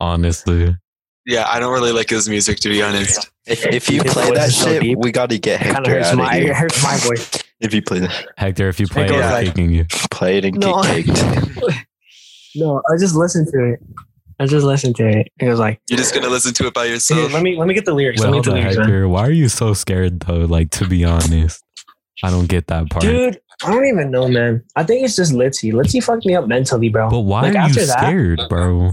Speaker 1: Honestly,
Speaker 4: Yeah, I don't really like his music to be honest.
Speaker 2: If, if you
Speaker 3: His
Speaker 2: play
Speaker 3: voice
Speaker 2: that
Speaker 3: is so
Speaker 2: shit,
Speaker 3: deep.
Speaker 2: we got to get
Speaker 3: Kind of
Speaker 2: Hector
Speaker 3: hurts
Speaker 2: out
Speaker 3: my
Speaker 2: of
Speaker 3: it
Speaker 2: here.
Speaker 3: hurts my voice.
Speaker 2: If you play that,
Speaker 1: Hector, if you play, it,
Speaker 3: goes
Speaker 1: we're
Speaker 4: like-
Speaker 1: kicking you.
Speaker 2: play it and
Speaker 3: No.
Speaker 2: get kicked.
Speaker 3: No, I just listened to it. I just listened to it. It was like,
Speaker 4: You're just gonna listen to it by
Speaker 3: dude,
Speaker 4: yourself.
Speaker 3: let me let me get the lyrics.
Speaker 1: Well,
Speaker 3: let me get the
Speaker 1: the
Speaker 3: lyrics, man.
Speaker 1: Hector, why are you so scared though? Like to be honest, I don't get that part.
Speaker 3: Dude, I don't even know, man. I think it's just Litzy. Litzy fucked me up mentally, bro.
Speaker 1: but why
Speaker 3: like,
Speaker 1: are you
Speaker 3: after that-
Speaker 1: scared, bro?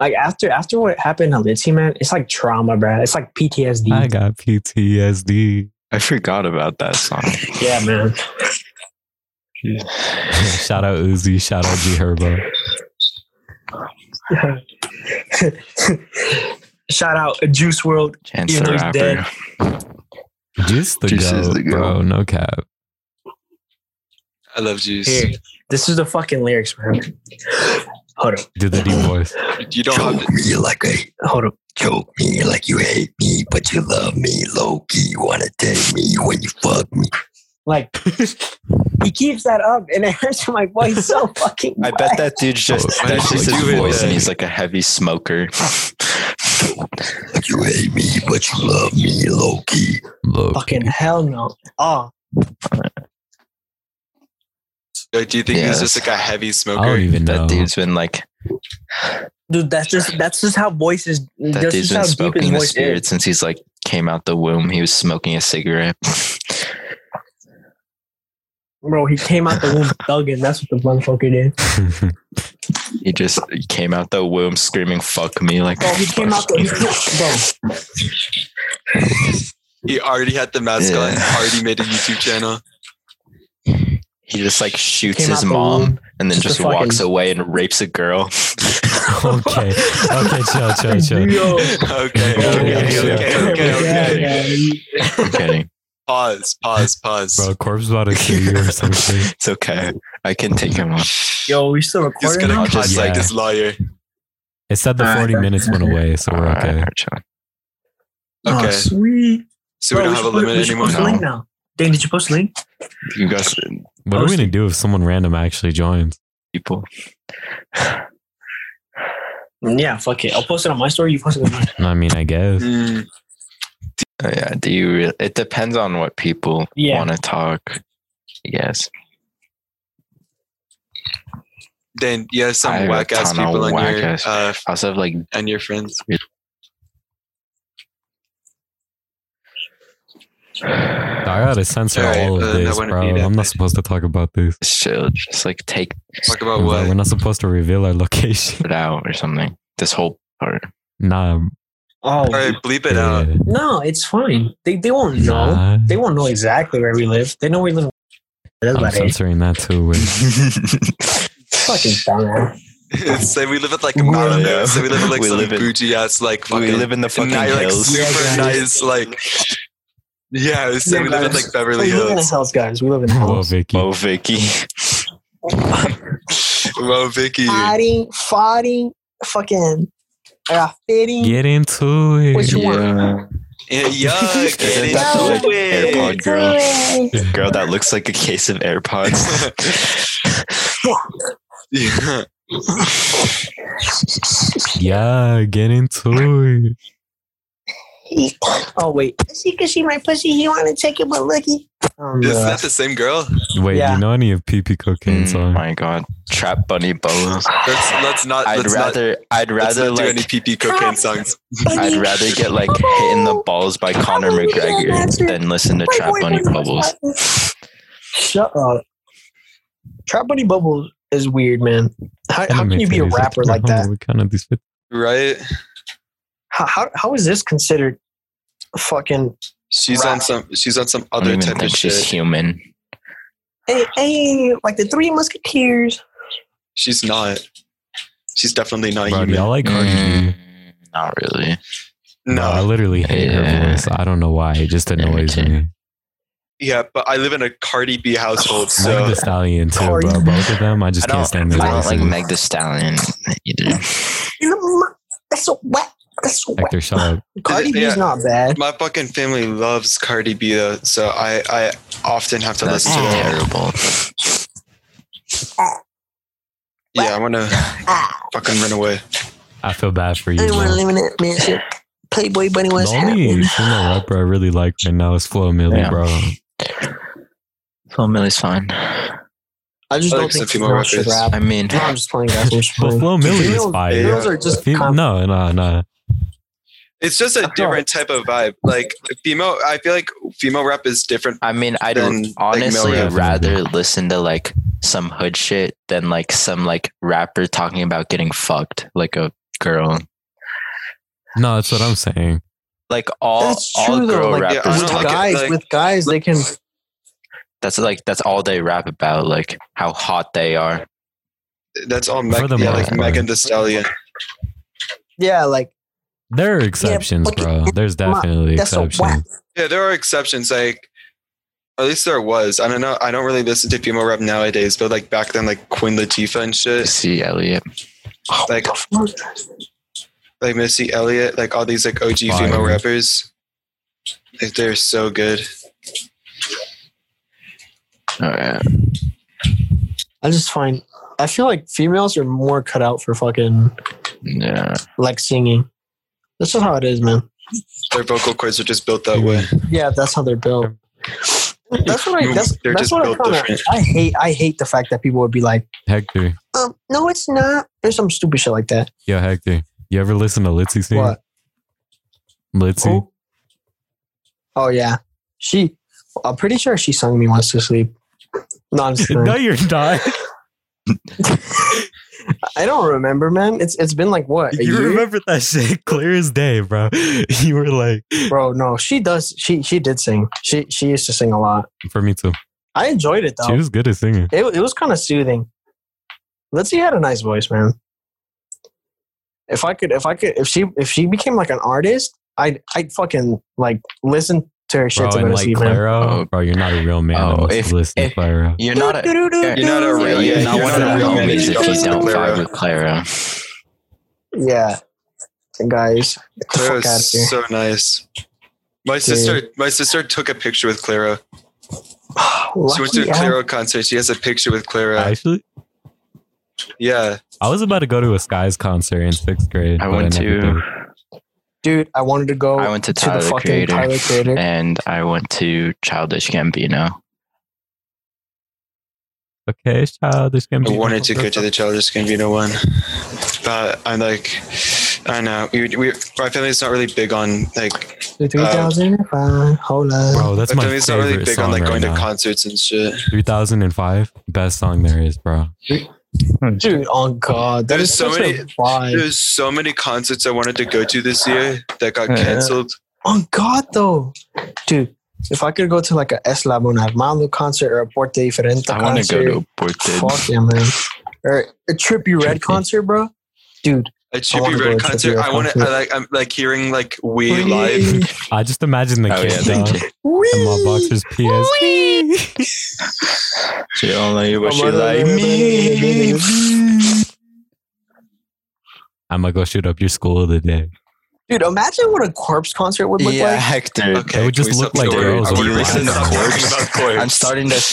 Speaker 3: like after after what happened to Litzy, man, it's like trauma, bro. It's like PTSD.
Speaker 1: I got PTSD.
Speaker 2: I forgot about that song.
Speaker 3: yeah, man.
Speaker 1: shout out Uzi. Shout out G Herbo.
Speaker 3: Shout out Juice World.
Speaker 2: Chance
Speaker 3: Even
Speaker 2: the
Speaker 3: though he's
Speaker 2: rapper.
Speaker 3: dead.
Speaker 1: Just the
Speaker 2: Juice is
Speaker 1: go,
Speaker 2: the goat.
Speaker 1: bro. No cap.
Speaker 4: I love juice.
Speaker 3: Here, this is the fucking lyrics, man. Hold up,
Speaker 1: Do the deep voice.
Speaker 4: You don't have to
Speaker 2: me like I
Speaker 3: hold up.
Speaker 2: choke me like you hate me, but you love me. Low key, you wanna take me when you fuck me.
Speaker 3: Like he keeps that up, and it hurts my voice so fucking.
Speaker 2: I
Speaker 3: bad.
Speaker 2: bet that dude's just
Speaker 1: Oh,
Speaker 2: that's
Speaker 4: why
Speaker 2: just
Speaker 4: did
Speaker 2: his
Speaker 4: you do it
Speaker 2: voice,
Speaker 4: then?
Speaker 2: and he's like a heavy smoker. like you hate me, but you love me, low key.
Speaker 1: Look,
Speaker 3: Fucking hell no. Oh,
Speaker 4: like, do you think
Speaker 2: Yes.
Speaker 4: he's just like a heavy smoker?
Speaker 1: I don't even
Speaker 2: That
Speaker 1: know.
Speaker 2: dude's been like
Speaker 3: dude, that's just that's just how voices.
Speaker 2: that
Speaker 3: That's
Speaker 2: dude's
Speaker 3: just
Speaker 2: been
Speaker 3: how deep his
Speaker 2: smoking the
Speaker 3: voice
Speaker 2: spirit
Speaker 3: is.
Speaker 2: since he's like came out the womb. He was smoking a cigarette.
Speaker 3: Bro, he came out the womb thugging. That's what the motherfucker did.
Speaker 2: he just came out the womb screaming "fuck me" like.
Speaker 3: Bro, he came out the
Speaker 4: He already had the mask
Speaker 2: Yeah.
Speaker 4: on, already made a YouTube channel.
Speaker 2: He just like shoots
Speaker 3: Came out
Speaker 2: his
Speaker 3: the
Speaker 2: mom
Speaker 3: womb.
Speaker 2: and then
Speaker 3: Just a
Speaker 2: just walks
Speaker 3: fucking-
Speaker 2: away and rapes a girl.
Speaker 1: okay. Okay. Chill. Chill.
Speaker 3: bro.
Speaker 1: Chill.
Speaker 3: Yo.
Speaker 4: Okay,
Speaker 1: Yeah,
Speaker 4: okay,
Speaker 1: yeah,
Speaker 4: okay,
Speaker 2: yeah. Yeah,
Speaker 4: okay, okay.
Speaker 2: I'm kidding.
Speaker 4: Pause, pause, pause.
Speaker 1: Bro, corpse about to kill you or something.
Speaker 2: It's okay. I can take him on.
Speaker 3: Yo, we still
Speaker 4: He's
Speaker 3: recording?
Speaker 4: gonna
Speaker 2: I'll
Speaker 4: cut
Speaker 2: just-
Speaker 4: like
Speaker 1: yeah.
Speaker 4: his lawyer.
Speaker 1: It said the
Speaker 3: Alright,
Speaker 1: 40
Speaker 3: that's-
Speaker 1: minutes went away, so we're
Speaker 2: Alright,
Speaker 1: okay.
Speaker 2: we're chilling.
Speaker 4: Okay.
Speaker 3: Oh, sweet.
Speaker 4: So
Speaker 3: Bro,
Speaker 4: we don't have a
Speaker 3: should put-
Speaker 4: limit
Speaker 3: we should
Speaker 4: anymore.
Speaker 3: Post a link now. Dang, did you post a link?
Speaker 2: You guys,
Speaker 1: What are we gonna do if someone random actually joins?
Speaker 2: people.
Speaker 3: Mm, Yeah, fuck it. I'll post it on my story. You post it on mine.
Speaker 1: I mean, I guess.
Speaker 4: Mm.
Speaker 2: Oh, yeah. Do you really? It depends on what people
Speaker 3: Yeah.
Speaker 2: want to talk. Yes.
Speaker 4: Then you have some
Speaker 2: I have a
Speaker 4: whack ass
Speaker 2: ton of
Speaker 4: people on your
Speaker 2: whack-ass-
Speaker 4: uh,
Speaker 2: I also have like
Speaker 4: and your friends.
Speaker 1: I gotta censor
Speaker 4: Alright,
Speaker 1: all of
Speaker 4: uh, that
Speaker 1: this,
Speaker 4: wouldn't
Speaker 1: bro.
Speaker 4: be that
Speaker 1: I'm not
Speaker 4: bad.
Speaker 1: supposed to talk about this.
Speaker 2: shit. Just like take
Speaker 4: Talk about
Speaker 1: Bro, We're
Speaker 4: what?
Speaker 1: not supposed to reveal our location.
Speaker 2: it out or something. This whole part.
Speaker 1: nah.
Speaker 3: Oh,
Speaker 4: All right, bleep it
Speaker 1: yeah.
Speaker 4: out.
Speaker 3: no, it's fine. They, they won't know.
Speaker 1: Nah.
Speaker 3: They won't know exactly where we live. They know we live. That's
Speaker 1: I'm
Speaker 3: about it.
Speaker 1: censoring that too. eh. Wait.
Speaker 3: Fucking dumbass.
Speaker 4: Say we live at like
Speaker 3: Yeah.
Speaker 4: Malibu. Say we live at like
Speaker 2: We
Speaker 4: some
Speaker 2: live in-
Speaker 4: bougie ass like fucking.
Speaker 2: we live in the fucking
Speaker 4: ni- like,
Speaker 2: hills.
Speaker 4: super
Speaker 3: Yeah, guys.
Speaker 4: nice like. Yeah, say
Speaker 3: Yeah,
Speaker 4: we live in
Speaker 3: guys.
Speaker 4: like Beverly
Speaker 3: We live in the
Speaker 4: Hills.
Speaker 3: house, guys. We live in the
Speaker 1: Whoa,
Speaker 3: house.
Speaker 1: Vicky.
Speaker 2: oh, Vicky.
Speaker 4: Well, Vicky,
Speaker 3: Fighting, fighting, fucking, uh, fitting.
Speaker 1: Get into
Speaker 3: What you
Speaker 1: it.
Speaker 3: want?
Speaker 2: Yeah.
Speaker 4: yeah, yuck,
Speaker 2: Isn't
Speaker 4: get
Speaker 2: that
Speaker 3: the, like,
Speaker 4: into it.
Speaker 2: AirPod girl?
Speaker 3: Hey.
Speaker 2: Girl that looks like a case of AirPods.
Speaker 4: Yeah.
Speaker 1: Yeah, get into it.
Speaker 3: Oh wait, she can see my pussy. He want to take it, but looky. Um,
Speaker 4: Is
Speaker 3: uh,
Speaker 4: that the same girl?
Speaker 1: Wait, do
Speaker 3: Yeah.
Speaker 1: you know any of PP cocaine
Speaker 2: Mm,
Speaker 1: song?
Speaker 2: my God. Trap bunny bolos.
Speaker 4: Let's let's not
Speaker 2: I'd
Speaker 4: Uh, let's not,
Speaker 2: rather. I'd
Speaker 4: let's
Speaker 2: rather
Speaker 4: not do any
Speaker 2: like.
Speaker 4: PP cocaine songs.
Speaker 2: I'd rather get like hit in the balls by Conor McGregor than listen to Trap Bunny Bubbles.
Speaker 3: Shut up. Trap Bunny Bubbles is weird, man. How, how can
Speaker 1: Anime
Speaker 3: you be a
Speaker 1: titties.
Speaker 3: rapper like that?
Speaker 1: What kind of these fit-
Speaker 4: Right?
Speaker 3: How, how, how is this considered fucking
Speaker 4: She's
Speaker 3: Right.
Speaker 4: on some she's on some
Speaker 2: I don't
Speaker 4: other
Speaker 2: even
Speaker 4: type of
Speaker 2: think she's
Speaker 4: shit.
Speaker 2: human.
Speaker 3: Hey, hey, like the three musketeers.
Speaker 4: She's not. She's definitely not
Speaker 1: Bro, do
Speaker 4: human.
Speaker 1: y'all like Cardi B?
Speaker 2: Mm, not really.
Speaker 1: No, I
Speaker 4: No.
Speaker 1: literally hate her
Speaker 2: Yeah.
Speaker 1: voice. I don't know why. It just annoys
Speaker 2: too.
Speaker 1: me.
Speaker 4: Yeah, but I live in a Cardi B household,
Speaker 1: So, Meg
Speaker 4: so
Speaker 1: Thee Stallion too,
Speaker 3: Cardi-
Speaker 1: bro. Both of them, I just
Speaker 4: I don't-
Speaker 1: can't stand their
Speaker 2: I don't
Speaker 1: voices.
Speaker 2: like
Speaker 1: Like
Speaker 2: Meg the Stallion either.
Speaker 3: You know, That's so wet. That's so wet.
Speaker 1: Hector, shut up.
Speaker 3: Cardi B's
Speaker 4: Yeah.
Speaker 3: not bad.
Speaker 4: my fucking family loves Cardi B though, so I, I often have to
Speaker 2: That's
Speaker 4: listen to her.
Speaker 2: terrible.
Speaker 4: Yeah, I wanna
Speaker 3: Ah,
Speaker 4: fucking run away.
Speaker 1: I feel bad for you.
Speaker 3: I want to
Speaker 1: bro.
Speaker 3: live in that mansion. Playboy Bunny
Speaker 1: The
Speaker 3: was
Speaker 1: only
Speaker 3: happening.
Speaker 1: female rapper I really like right now is Flo Millie,
Speaker 2: Yeah.
Speaker 1: bro.
Speaker 2: Phil Millie's fine.
Speaker 3: I just
Speaker 4: I
Speaker 3: don't
Speaker 4: like
Speaker 3: think
Speaker 4: some female
Speaker 3: girls should
Speaker 4: rappers.
Speaker 3: rap.
Speaker 2: I mean,
Speaker 3: No, I'm just playing. Guys. I'm just
Speaker 1: But
Speaker 3: playing.
Speaker 1: Flo Millie is
Speaker 3: Females-
Speaker 1: fire.
Speaker 3: Girls are just
Speaker 1: Fem-
Speaker 3: com-
Speaker 1: no, no, no.
Speaker 4: It's just a different type of vibe. Like female, I feel like female rap is different.
Speaker 2: I mean, I'd
Speaker 4: Then, like,
Speaker 2: honestly
Speaker 1: Mel Gibson.
Speaker 2: rather listen to like some hood shit than like some like rapper talking about getting fucked like a girl.
Speaker 1: No, that's what I'm saying.
Speaker 2: Like all
Speaker 3: That's
Speaker 2: all
Speaker 3: true though.
Speaker 2: girl
Speaker 3: Like,
Speaker 4: yeah,
Speaker 2: rappers
Speaker 4: I
Speaker 3: with
Speaker 4: don't
Speaker 2: talk.
Speaker 4: like it,
Speaker 3: guys,
Speaker 4: like-
Speaker 3: with guys, they can.
Speaker 2: That's like that's all they rap about. Like how hot they are.
Speaker 4: That's all
Speaker 1: For
Speaker 4: Meg,
Speaker 1: the
Speaker 4: yeah,
Speaker 1: most
Speaker 4: like
Speaker 1: part.
Speaker 4: Megan the Stallion.
Speaker 3: Yeah, like
Speaker 1: There are exceptions,
Speaker 3: okay,
Speaker 1: bro. There's
Speaker 3: come on.
Speaker 1: definitely
Speaker 3: That's a whack.
Speaker 1: exceptions.
Speaker 4: Yeah, there are exceptions. Like, at least there was. I don't know. I don't really listen to female rap nowadays, but like back then, like Queen Latifah and shit,
Speaker 2: See Elliot.
Speaker 4: like like Missy Elliott, like all these like OG
Speaker 1: Fire.
Speaker 4: female rappers. Like they're so good.
Speaker 2: All right.
Speaker 3: I just find. I feel like females are more cut out for fucking
Speaker 2: Yeah.
Speaker 3: like singing. That's just how it is, man.
Speaker 4: Their vocal cords are just built that way.
Speaker 3: Yeah, that's how they're built. That's what I. That's,
Speaker 4: They're
Speaker 3: that's
Speaker 4: just
Speaker 3: what I
Speaker 4: built
Speaker 3: kind
Speaker 4: different.
Speaker 3: I hate. I hate the fact that people would be like,
Speaker 1: Hector,
Speaker 3: um, "No, it's not." There's some stupid shit like that.
Speaker 1: yo, Hector, you ever listen to Litzy sing?
Speaker 3: What?
Speaker 1: Litzy,
Speaker 3: Who? Oh yeah, she. I'm pretty sure she sung me once to sleep. No, I'm just kidding.
Speaker 1: no, you're not.
Speaker 3: I don't remember, man. It's it's been like what a
Speaker 1: you
Speaker 3: year,
Speaker 1: remember that shit clear as day, bro. You were like,
Speaker 3: bro. No, she does. She she did sing. She she used to sing a lot.
Speaker 1: for me too.
Speaker 3: I enjoyed it
Speaker 1: She
Speaker 3: though.
Speaker 1: was good at singing.
Speaker 3: It it was kind of soothing. Let's see, had a nice voice, man. If I could, if I could, if she if she became like an artist, I'd I'd fucking like listen to her
Speaker 1: Bro,
Speaker 3: shit to go
Speaker 1: and
Speaker 3: to
Speaker 1: like
Speaker 3: sleep, man.
Speaker 1: Claro,
Speaker 2: Oh.
Speaker 1: bro, you're not a real man.
Speaker 2: Oh,
Speaker 1: unless you
Speaker 2: if-
Speaker 1: listen to
Speaker 2: if-
Speaker 1: Claro.
Speaker 2: You're not a
Speaker 4: You're not a real.
Speaker 2: you're
Speaker 4: Yeah,
Speaker 2: not one of the
Speaker 4: a real man
Speaker 2: homies if you
Speaker 4: just
Speaker 2: don't
Speaker 4: Clara.
Speaker 2: vibe with Clara.
Speaker 3: Yeah, guys, get the
Speaker 4: Clara
Speaker 3: fuck out of here.
Speaker 4: is so nice. My sister, my sister took a picture with Clara. She went to
Speaker 3: Lucky
Speaker 4: a
Speaker 3: ass.
Speaker 4: Clara concert. She has a picture with Clara.
Speaker 1: Actually,
Speaker 4: Yeah,
Speaker 1: I was about to go to a Skies concert in sixth grade.
Speaker 2: I
Speaker 1: but
Speaker 2: went
Speaker 1: never did.
Speaker 2: to
Speaker 3: dude, I wanted to go
Speaker 2: I went to
Speaker 3: to
Speaker 2: Tyler
Speaker 3: the
Speaker 2: the
Speaker 3: fucking
Speaker 2: Creator.
Speaker 3: Tyler Creator.
Speaker 2: and I went to Childish Gambino.
Speaker 1: Okay, child, this can
Speaker 4: I
Speaker 1: be.
Speaker 4: wanted to go to the Childish Gambino one, but I'm like, I don't know. We, we, my family's not really big on like.
Speaker 3: Three thousand and five. Hold on.
Speaker 1: Bro, that's my
Speaker 4: my family's
Speaker 1: favorite
Speaker 4: not really big
Speaker 1: song
Speaker 4: on like
Speaker 1: right
Speaker 4: going
Speaker 1: now.
Speaker 4: to concerts and shit.
Speaker 1: 3005, best song there is, bro.
Speaker 3: Dude, oh god, that
Speaker 4: There's
Speaker 3: is
Speaker 4: so
Speaker 3: such
Speaker 4: many-
Speaker 3: a vibe.
Speaker 4: There's so many concerts I wanted to go to this year that got
Speaker 2: Yeah.
Speaker 4: canceled.
Speaker 3: Oh god, though, dude. If I could go to like a Eslabon Armando concert or a Porte Diferente
Speaker 2: I want to
Speaker 3: concert,
Speaker 2: go to Aborted.
Speaker 3: fuck yeah, man, or a Trippy Red
Speaker 2: Trippy.
Speaker 3: concert, bro, dude.
Speaker 4: A
Speaker 3: wanna go
Speaker 4: Chippy Red
Speaker 3: to a Chippy
Speaker 4: concert.
Speaker 3: Red
Speaker 4: I want to.
Speaker 3: concert.
Speaker 4: I like. I'm like hearing like we live.
Speaker 1: I just imagine the
Speaker 2: Oh yeah,
Speaker 1: kid
Speaker 2: thank
Speaker 1: dog
Speaker 2: you.
Speaker 1: and my boxer's PS.
Speaker 2: She only wish she
Speaker 3: Come on,
Speaker 2: like
Speaker 3: no, no,
Speaker 2: me.
Speaker 3: no, no,
Speaker 1: I'm gonna go shoot up your school today.
Speaker 3: Dude, imagine what a corpse concert would look
Speaker 2: Yeah,
Speaker 3: like.
Speaker 2: Hector.
Speaker 1: It
Speaker 4: Okay,
Speaker 1: would
Speaker 4: can
Speaker 1: just
Speaker 4: we
Speaker 1: look
Speaker 4: stop
Speaker 1: like
Speaker 4: talking-
Speaker 1: girls
Speaker 4: I
Speaker 1: with
Speaker 4: want to
Speaker 1: black
Speaker 4: listen to stop
Speaker 1: cords.
Speaker 4: talking about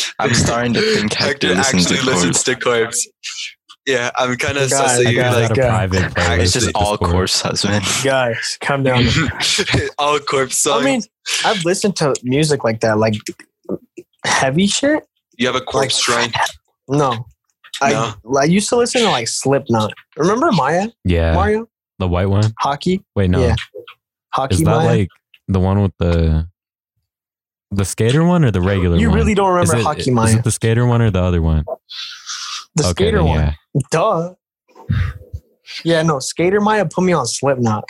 Speaker 4: corpse.
Speaker 2: I'm starting to. I'm starting to think Hector,
Speaker 4: Hector
Speaker 2: listens
Speaker 4: actually
Speaker 2: to
Speaker 4: listens
Speaker 2: Corpse.
Speaker 4: to corpse. Yeah, I'm kind of
Speaker 3: Guys,
Speaker 4: sus that
Speaker 1: I
Speaker 4: you
Speaker 1: got
Speaker 4: like
Speaker 1: like, a
Speaker 3: uh,
Speaker 1: private playlist
Speaker 2: It's just
Speaker 1: with
Speaker 2: all
Speaker 1: Discord.
Speaker 2: Corpse husband.
Speaker 3: Guys, calm down.
Speaker 4: all corpse songs.
Speaker 3: I mean, I've listened to music like that, like heavy shit.
Speaker 4: you have a corpse
Speaker 3: like-
Speaker 4: shrine.
Speaker 3: No. I, I used to listen to like Slipknot. Remember Maya?
Speaker 1: Yeah,
Speaker 3: Mario?
Speaker 1: the white one.
Speaker 3: Hockey?
Speaker 1: Wait, no,
Speaker 3: Yeah. Hockey
Speaker 1: is that
Speaker 3: Maya?
Speaker 1: like the one with the the skater one or the regular
Speaker 3: you
Speaker 1: one?
Speaker 3: really don't
Speaker 1: Is
Speaker 3: remember
Speaker 1: it-
Speaker 3: Hockey
Speaker 1: is
Speaker 3: Maya.
Speaker 1: it the skater one or the other one?
Speaker 3: the
Speaker 1: Okay,
Speaker 3: skater
Speaker 1: then,
Speaker 3: one.
Speaker 1: yeah.
Speaker 3: Duh. Yeah, no, Skater Maya put me on Slipknot.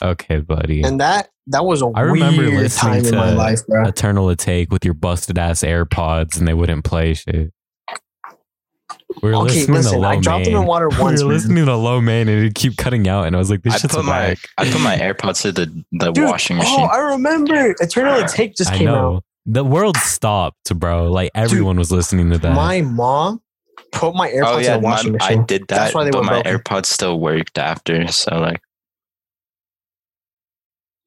Speaker 1: Okay, buddy.
Speaker 5: And that that was a
Speaker 1: I remember
Speaker 5: weird
Speaker 1: listening
Speaker 5: time in my
Speaker 1: to-
Speaker 5: life, bro.
Speaker 1: Eternal to take with your busted ass AirPods, and they wouldn't play shit. We were
Speaker 5: Okay,
Speaker 1: listening to
Speaker 5: listen,
Speaker 1: low
Speaker 5: I dropped
Speaker 1: main.
Speaker 5: them in water
Speaker 1: we were
Speaker 5: once. man.
Speaker 1: listening to low main, and it keep cutting out, and I was like, "This
Speaker 2: I
Speaker 1: shit's
Speaker 2: put my
Speaker 1: whack."
Speaker 2: I put my AirPods to the the
Speaker 5: Dude,
Speaker 2: washing machine.
Speaker 5: Oh, I remember. Eternal Take just
Speaker 1: I
Speaker 5: came
Speaker 1: know
Speaker 5: out.
Speaker 1: the world stopped, bro. Like everyone was listening to that.
Speaker 5: My mom put my AirPods
Speaker 2: oh yeah,
Speaker 5: in the washing
Speaker 2: mine- I
Speaker 5: machine.
Speaker 2: did that,
Speaker 5: That's why they
Speaker 2: but
Speaker 5: were
Speaker 2: my
Speaker 5: broken.
Speaker 2: AirPods still worked after. So like,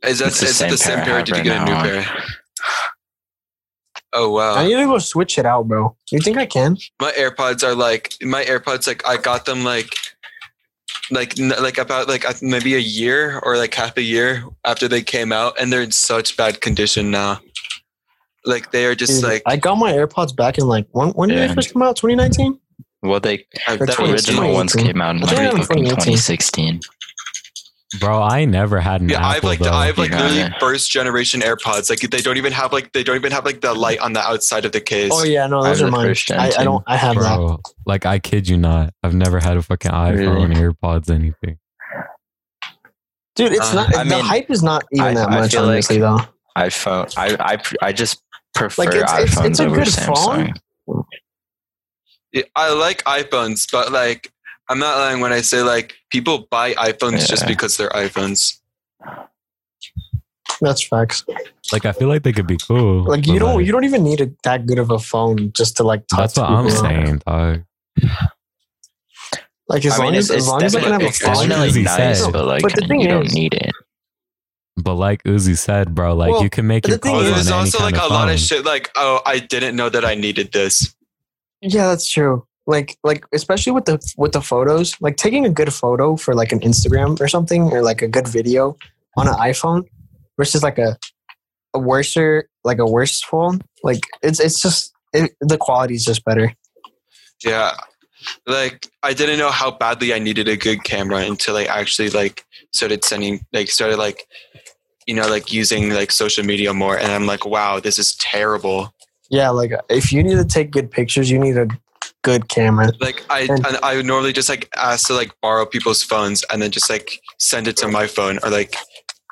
Speaker 4: Is that
Speaker 2: It's the
Speaker 4: is it the
Speaker 2: same pair I
Speaker 4: same pair? or
Speaker 2: have
Speaker 4: Did you
Speaker 2: right
Speaker 4: get a new
Speaker 2: now.
Speaker 4: pair? Oh wow,
Speaker 5: I need to go switch it out, bro. You think I can?
Speaker 4: my AirPods are like my AirPods. Like I got them like like n- like about like I- maybe a year or like half a year after they came out, and they're in such bad condition now. Like they are just
Speaker 5: Dude,
Speaker 4: like
Speaker 5: I got my AirPods back in like when when did
Speaker 2: Yeah.
Speaker 5: they first come out? 2019?
Speaker 2: well, they
Speaker 4: I've
Speaker 5: That's
Speaker 2: the
Speaker 4: definitely
Speaker 5: what it's
Speaker 2: original
Speaker 4: seen-
Speaker 5: like.
Speaker 2: ones came out in
Speaker 5: I think
Speaker 2: like
Speaker 5: I'm
Speaker 2: fucking
Speaker 5: 2018.
Speaker 2: 2016.
Speaker 1: bro, I never had an
Speaker 4: Yeah,
Speaker 1: Apple
Speaker 4: I've like
Speaker 1: though.
Speaker 4: the, I've like
Speaker 2: Yeah.
Speaker 4: really first generation AirPods. Like they don't even have like they don't even have like the light on the outside of the case.
Speaker 5: Oh yeah, no,
Speaker 2: I
Speaker 5: those
Speaker 2: have
Speaker 5: are
Speaker 2: the
Speaker 5: mine.
Speaker 2: first gen
Speaker 5: I, I
Speaker 2: too.
Speaker 5: don't. I have that.
Speaker 1: bro. Like I kid you not, I've never had a fucking iPhone, AirPods, anything.
Speaker 5: Dude, it's
Speaker 4: Uh,
Speaker 5: not.
Speaker 2: I
Speaker 5: the
Speaker 2: mean,
Speaker 5: hype is not even
Speaker 2: I-
Speaker 5: that
Speaker 2: I
Speaker 5: much,
Speaker 2: feel like-
Speaker 5: honestly, though.
Speaker 2: iPhone. I I pr- I just prefer
Speaker 5: it's- it's-
Speaker 2: iPhones
Speaker 5: it's a
Speaker 2: over
Speaker 5: good
Speaker 2: Samsung.
Speaker 4: Yeah, I like iPhones, but like I'm not lying when I say like people buy iPhones just
Speaker 2: Yeah.
Speaker 4: because they're iPhones.
Speaker 5: That's facts.
Speaker 1: Like I feel like they could be cool.
Speaker 5: Like you
Speaker 1: but,
Speaker 5: don't.
Speaker 1: like,
Speaker 5: You don't even need a, that good of a phone just to like talk.
Speaker 1: That's
Speaker 5: to
Speaker 1: what I'm
Speaker 5: people.
Speaker 1: saying, dog.
Speaker 5: Like as
Speaker 2: I mean,
Speaker 5: long as
Speaker 2: it's-
Speaker 5: as long as I can have a
Speaker 2: it's
Speaker 5: phone,
Speaker 1: definitely-
Speaker 2: definitely
Speaker 1: Uzi
Speaker 2: nice,
Speaker 1: said.
Speaker 2: but like
Speaker 5: But the thing
Speaker 2: you don't
Speaker 5: is-
Speaker 2: need it.
Speaker 1: But like Uzi said, bro, like
Speaker 5: Well,
Speaker 1: you can make
Speaker 5: the
Speaker 1: your
Speaker 5: thing
Speaker 1: calls
Speaker 4: But
Speaker 5: is-
Speaker 1: on
Speaker 4: there's
Speaker 1: any
Speaker 4: also
Speaker 1: kind
Speaker 4: like
Speaker 1: of
Speaker 4: a lot
Speaker 1: phone.
Speaker 4: of shit like oh I didn't know that I needed this.
Speaker 5: Yeah, that's true. Like like especially with the with the photos, like taking a good photo for like an Instagram or something or like a good video on an iPhone versus like a a worser like a worse phone. Like it's it's just it, the quality's just better.
Speaker 4: Yeah. Like I didn't know how badly I needed a good camera until I actually like started sending like started like you know like using like social media more and I'm like wow this is terrible.
Speaker 5: Yeah, like if you need to take good pictures, you need a good camera.
Speaker 4: Like I
Speaker 5: And-
Speaker 4: and I would normally just like ask to like borrow people's phones and then just like send it to my phone or like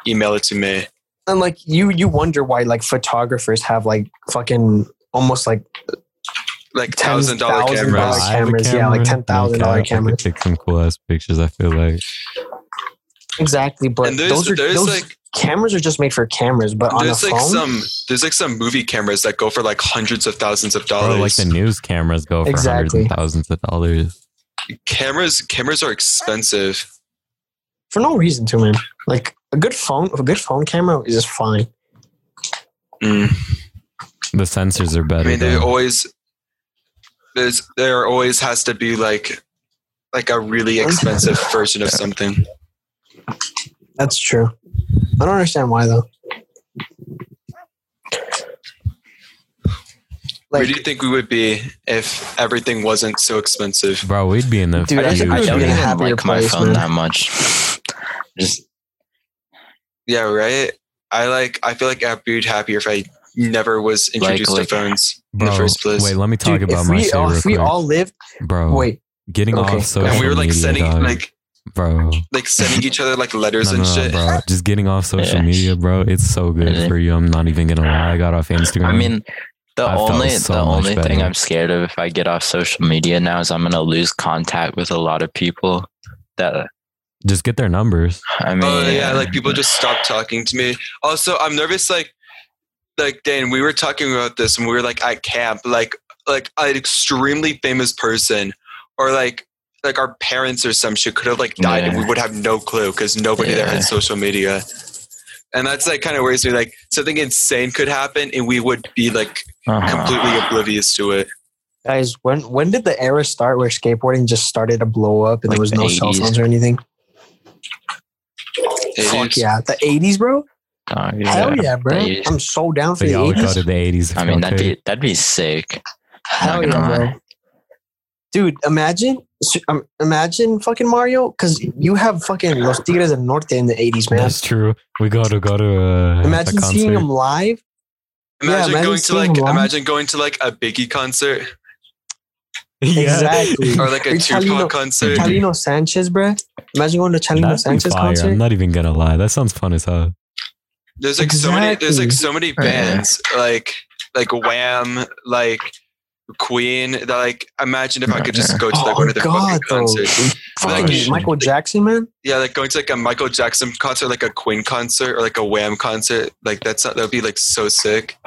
Speaker 4: email it to me.
Speaker 5: And like you you wonder why like photographers have like fucking almost like
Speaker 4: Like
Speaker 5: Ten
Speaker 4: thousand dollar
Speaker 5: thousand
Speaker 1: Bro,
Speaker 4: cameras.
Speaker 5: dollars.
Speaker 1: I have a
Speaker 5: cameras, yeah, like
Speaker 1: camera,
Speaker 5: $10,000
Speaker 1: no cap, I could
Speaker 5: cameras.
Speaker 1: Take some cool ass pictures. I feel like
Speaker 5: exactly but
Speaker 4: And there's
Speaker 5: those are
Speaker 4: there's
Speaker 5: those
Speaker 4: like
Speaker 5: cameras are just made for cameras, but on a
Speaker 4: there's
Speaker 5: phone
Speaker 4: like some there's like some movie cameras that go for like hundreds of thousands of
Speaker 1: bro,
Speaker 4: dollars.
Speaker 1: like the news cameras go for hundreds
Speaker 5: Oh, Exactly.
Speaker 1: and thousands of dollars.
Speaker 4: cameras cameras are expensive.
Speaker 5: for no reason too, man. Like a good phone, a good phone camera is just fine.
Speaker 1: The sensors are
Speaker 4: Mm, I
Speaker 1: better.
Speaker 4: mean, they
Speaker 1: though.
Speaker 4: always there's there always has to be like like a really expensive version of something.
Speaker 5: That's true. I don't understand why though.
Speaker 4: Where
Speaker 5: Like,
Speaker 4: do you think we would be if everything wasn't so expensive?
Speaker 1: bro, we'd be in the
Speaker 5: Dude, I
Speaker 1: huge-
Speaker 5: think
Speaker 2: I
Speaker 5: You'd
Speaker 2: don't
Speaker 5: be in a
Speaker 2: even
Speaker 5: happier
Speaker 2: like my
Speaker 5: place,
Speaker 2: phone
Speaker 5: man.
Speaker 2: that much. Just
Speaker 4: Yeah, right. I like. I feel like I'd be happier if I never was introduced
Speaker 2: like-
Speaker 4: to phones in
Speaker 1: bro,
Speaker 4: the first place.
Speaker 1: Wait, let me talk
Speaker 5: dude,
Speaker 1: about
Speaker 5: if
Speaker 1: my
Speaker 5: we
Speaker 1: shit
Speaker 5: all,
Speaker 1: real
Speaker 5: if we
Speaker 1: quick. Oh.
Speaker 5: all lived,
Speaker 1: bro,
Speaker 5: wait,
Speaker 1: getting
Speaker 5: okay.
Speaker 1: off social
Speaker 4: and we were like
Speaker 1: media,
Speaker 4: sending
Speaker 1: dog,
Speaker 4: like
Speaker 1: bro.
Speaker 4: like sending each other like letters
Speaker 1: No,
Speaker 4: and
Speaker 1: no, no,
Speaker 4: shit.
Speaker 1: bro. Just getting off social
Speaker 2: Yeah.
Speaker 1: media, bro. It's so good
Speaker 2: Yeah.
Speaker 1: for you. I'm not even gonna lie. I got off Instagram.
Speaker 2: I
Speaker 5: Mm.
Speaker 2: mean, the
Speaker 1: I felt
Speaker 2: only
Speaker 1: so
Speaker 2: the
Speaker 1: much
Speaker 2: only thing
Speaker 1: better.
Speaker 2: I'm scared of if I get off social media now is I'm gonna lose contact with a lot of people. That
Speaker 1: just get their numbers.
Speaker 2: I mean,
Speaker 4: Oh yeah, like people just stop talking to me. Also, I'm nervous. Like, like Dan, we were talking about this when we were like at camp. Like, like an extremely famous person, or like like our parents or some shit could have like died, and
Speaker 2: Yeah.
Speaker 4: we would have no clue because nobody there
Speaker 2: Yeah.
Speaker 4: had social media. And that's like kind of worries me. Like something insane could happen, and we would be like
Speaker 2: Uh-huh.
Speaker 4: completely
Speaker 1: Ah.
Speaker 4: oblivious to it.
Speaker 5: guys, when when did the era start where skateboarding just started to blow up and
Speaker 2: Like
Speaker 5: there was
Speaker 2: the
Speaker 5: no cell
Speaker 2: 80s.
Speaker 5: phones or anything?
Speaker 4: It
Speaker 5: Fuck
Speaker 4: is-
Speaker 5: yeah, the eighties, bro.
Speaker 2: Oh, yeah.
Speaker 5: Hell yeah, bro.
Speaker 2: The 80s.
Speaker 5: I'm so down
Speaker 1: So
Speaker 5: for the
Speaker 1: y'all would go
Speaker 5: eighties.
Speaker 1: to the 80s. if
Speaker 2: I mean
Speaker 1: y'all
Speaker 2: that'd
Speaker 1: could.
Speaker 2: be that'd be sick.
Speaker 5: Hell
Speaker 2: Not gonna
Speaker 5: yeah,
Speaker 2: lie.
Speaker 5: bro. Dude, imagine, um, imagine fucking Mario, because you have fucking Los Tigres del Norte in the '80s, man.
Speaker 1: That's true. We go to go to uh,
Speaker 5: Imagine
Speaker 1: a concert.
Speaker 5: seeing him live. Yeah,
Speaker 4: Imagine
Speaker 5: imagine
Speaker 4: going to
Speaker 5: seeing
Speaker 4: like
Speaker 5: them live.
Speaker 4: imagine going to like a Biggie concert.
Speaker 5: Exactly.
Speaker 4: or like a
Speaker 5: Italiano-
Speaker 4: Tupac concert.
Speaker 5: Chalino Sanchez, bruh. Imagine going to Chalino
Speaker 1: That'd be
Speaker 5: Sanchez
Speaker 1: fire. I'm
Speaker 5: concert.
Speaker 1: not even gonna lie. That sounds fun as hell.
Speaker 4: There's like so many. There's like
Speaker 5: Exactly.
Speaker 4: so many bands like like Wham, like Queen. That like imagine if I could just go to like one
Speaker 5: Oh
Speaker 4: of their
Speaker 5: God,
Speaker 4: fucking
Speaker 5: though.
Speaker 4: concerts.
Speaker 5: Fucking
Speaker 4: Like-
Speaker 5: Michael Jackson, man.
Speaker 4: Yeah, like going to like a Michael Jackson concert, like a Queen concert, or like a Wham concert. Like that's that would be like so sick.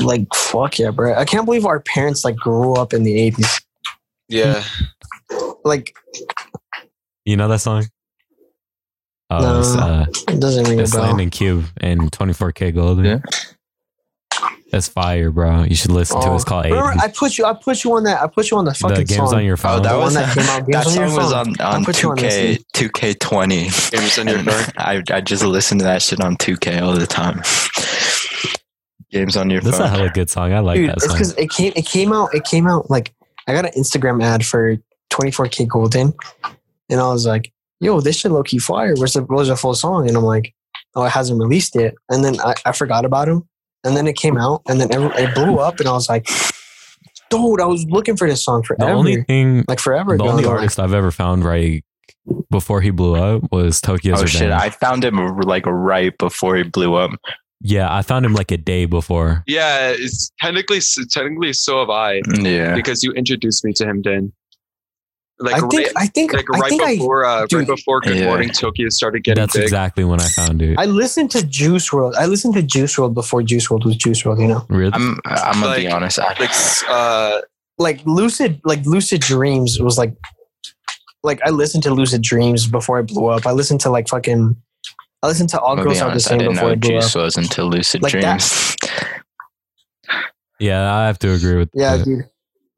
Speaker 5: Like fuck yeah, bruh. I can't believe our parents like grew up in the '80s.
Speaker 4: Yeah,
Speaker 5: Like
Speaker 1: You know that song? Oh, it's,
Speaker 5: No.
Speaker 1: uh,
Speaker 5: it doesn't ring a
Speaker 1: it's
Speaker 5: bell.
Speaker 1: Landon Cube and 24K Golden.
Speaker 2: Yeah.
Speaker 1: That's fire, bro. You should listen to it. It's called
Speaker 5: Oh, Remember,
Speaker 1: 80s.
Speaker 5: I put you. I put you on that. I put you on the
Speaker 1: the
Speaker 5: fucking
Speaker 1: game's
Speaker 5: song.
Speaker 1: on your
Speaker 2: Oh,
Speaker 1: phone.
Speaker 2: that
Speaker 5: The
Speaker 2: was
Speaker 5: one that came out.
Speaker 2: that
Speaker 5: Games on your
Speaker 2: song was
Speaker 5: phone.
Speaker 2: on on
Speaker 5: put you on
Speaker 2: two K two K twenty.
Speaker 5: Hmm.
Speaker 4: Games on your
Speaker 2: And
Speaker 4: phone.
Speaker 2: I I just listen to that shit on two K all the time. Games on your
Speaker 1: That's a
Speaker 2: phone.
Speaker 1: hella good song. I like
Speaker 5: Dude,
Speaker 1: that
Speaker 5: it's
Speaker 1: song.
Speaker 5: because it came. It came out. It came out like I got an Instagram ad for 24k golden, and I was like, "Yo, this shit low key fire." Where's the was a full song? And I'm like, "Oh, it hasn't released yet." And then I, I forgot about him, and then it came out, and then every, it blew up, and I was like, "Dude, I was looking for this song
Speaker 1: The
Speaker 5: forever,
Speaker 1: only thing,
Speaker 5: like forever
Speaker 1: the
Speaker 5: ago."
Speaker 1: only
Speaker 5: Like,
Speaker 1: artist I've ever found right before he blew up was Tokyo's
Speaker 2: Oh
Speaker 1: Revenge.
Speaker 2: shit! I found him like right before he blew up.
Speaker 1: yeah, I found him like a day before.
Speaker 4: yeah. It's technically technically so have I
Speaker 2: Yeah,
Speaker 4: because you introduced me to him, Dan. Like
Speaker 5: I think.
Speaker 4: right,
Speaker 5: I think.
Speaker 4: like
Speaker 5: I
Speaker 4: right
Speaker 5: think I.
Speaker 4: before uh,
Speaker 5: dude.
Speaker 4: right before Good
Speaker 2: Yeah.
Speaker 4: Morning Tokyo started getting
Speaker 1: That's
Speaker 4: big.
Speaker 1: exactly when I found it.
Speaker 5: I listened to Juice World. I listened to Juice World before Juice World was Juice World. You know,
Speaker 1: really?
Speaker 2: I'm. I'm gonna be
Speaker 4: Like-
Speaker 2: honest. I,
Speaker 4: like s- uh,
Speaker 5: like lucid like lucid dreams was like like i listened to lucid dreams before i blew up i listened to like fucking i listened to all
Speaker 2: I'm gonna
Speaker 5: girls
Speaker 2: be
Speaker 5: are the
Speaker 2: honest. I
Speaker 5: same
Speaker 2: didn't
Speaker 5: before
Speaker 2: know
Speaker 5: i blew up
Speaker 2: Juice was until Lucid
Speaker 5: Like that.
Speaker 2: Dreams.
Speaker 1: yeah, I have to agree with
Speaker 5: yeah
Speaker 1: that.
Speaker 5: dude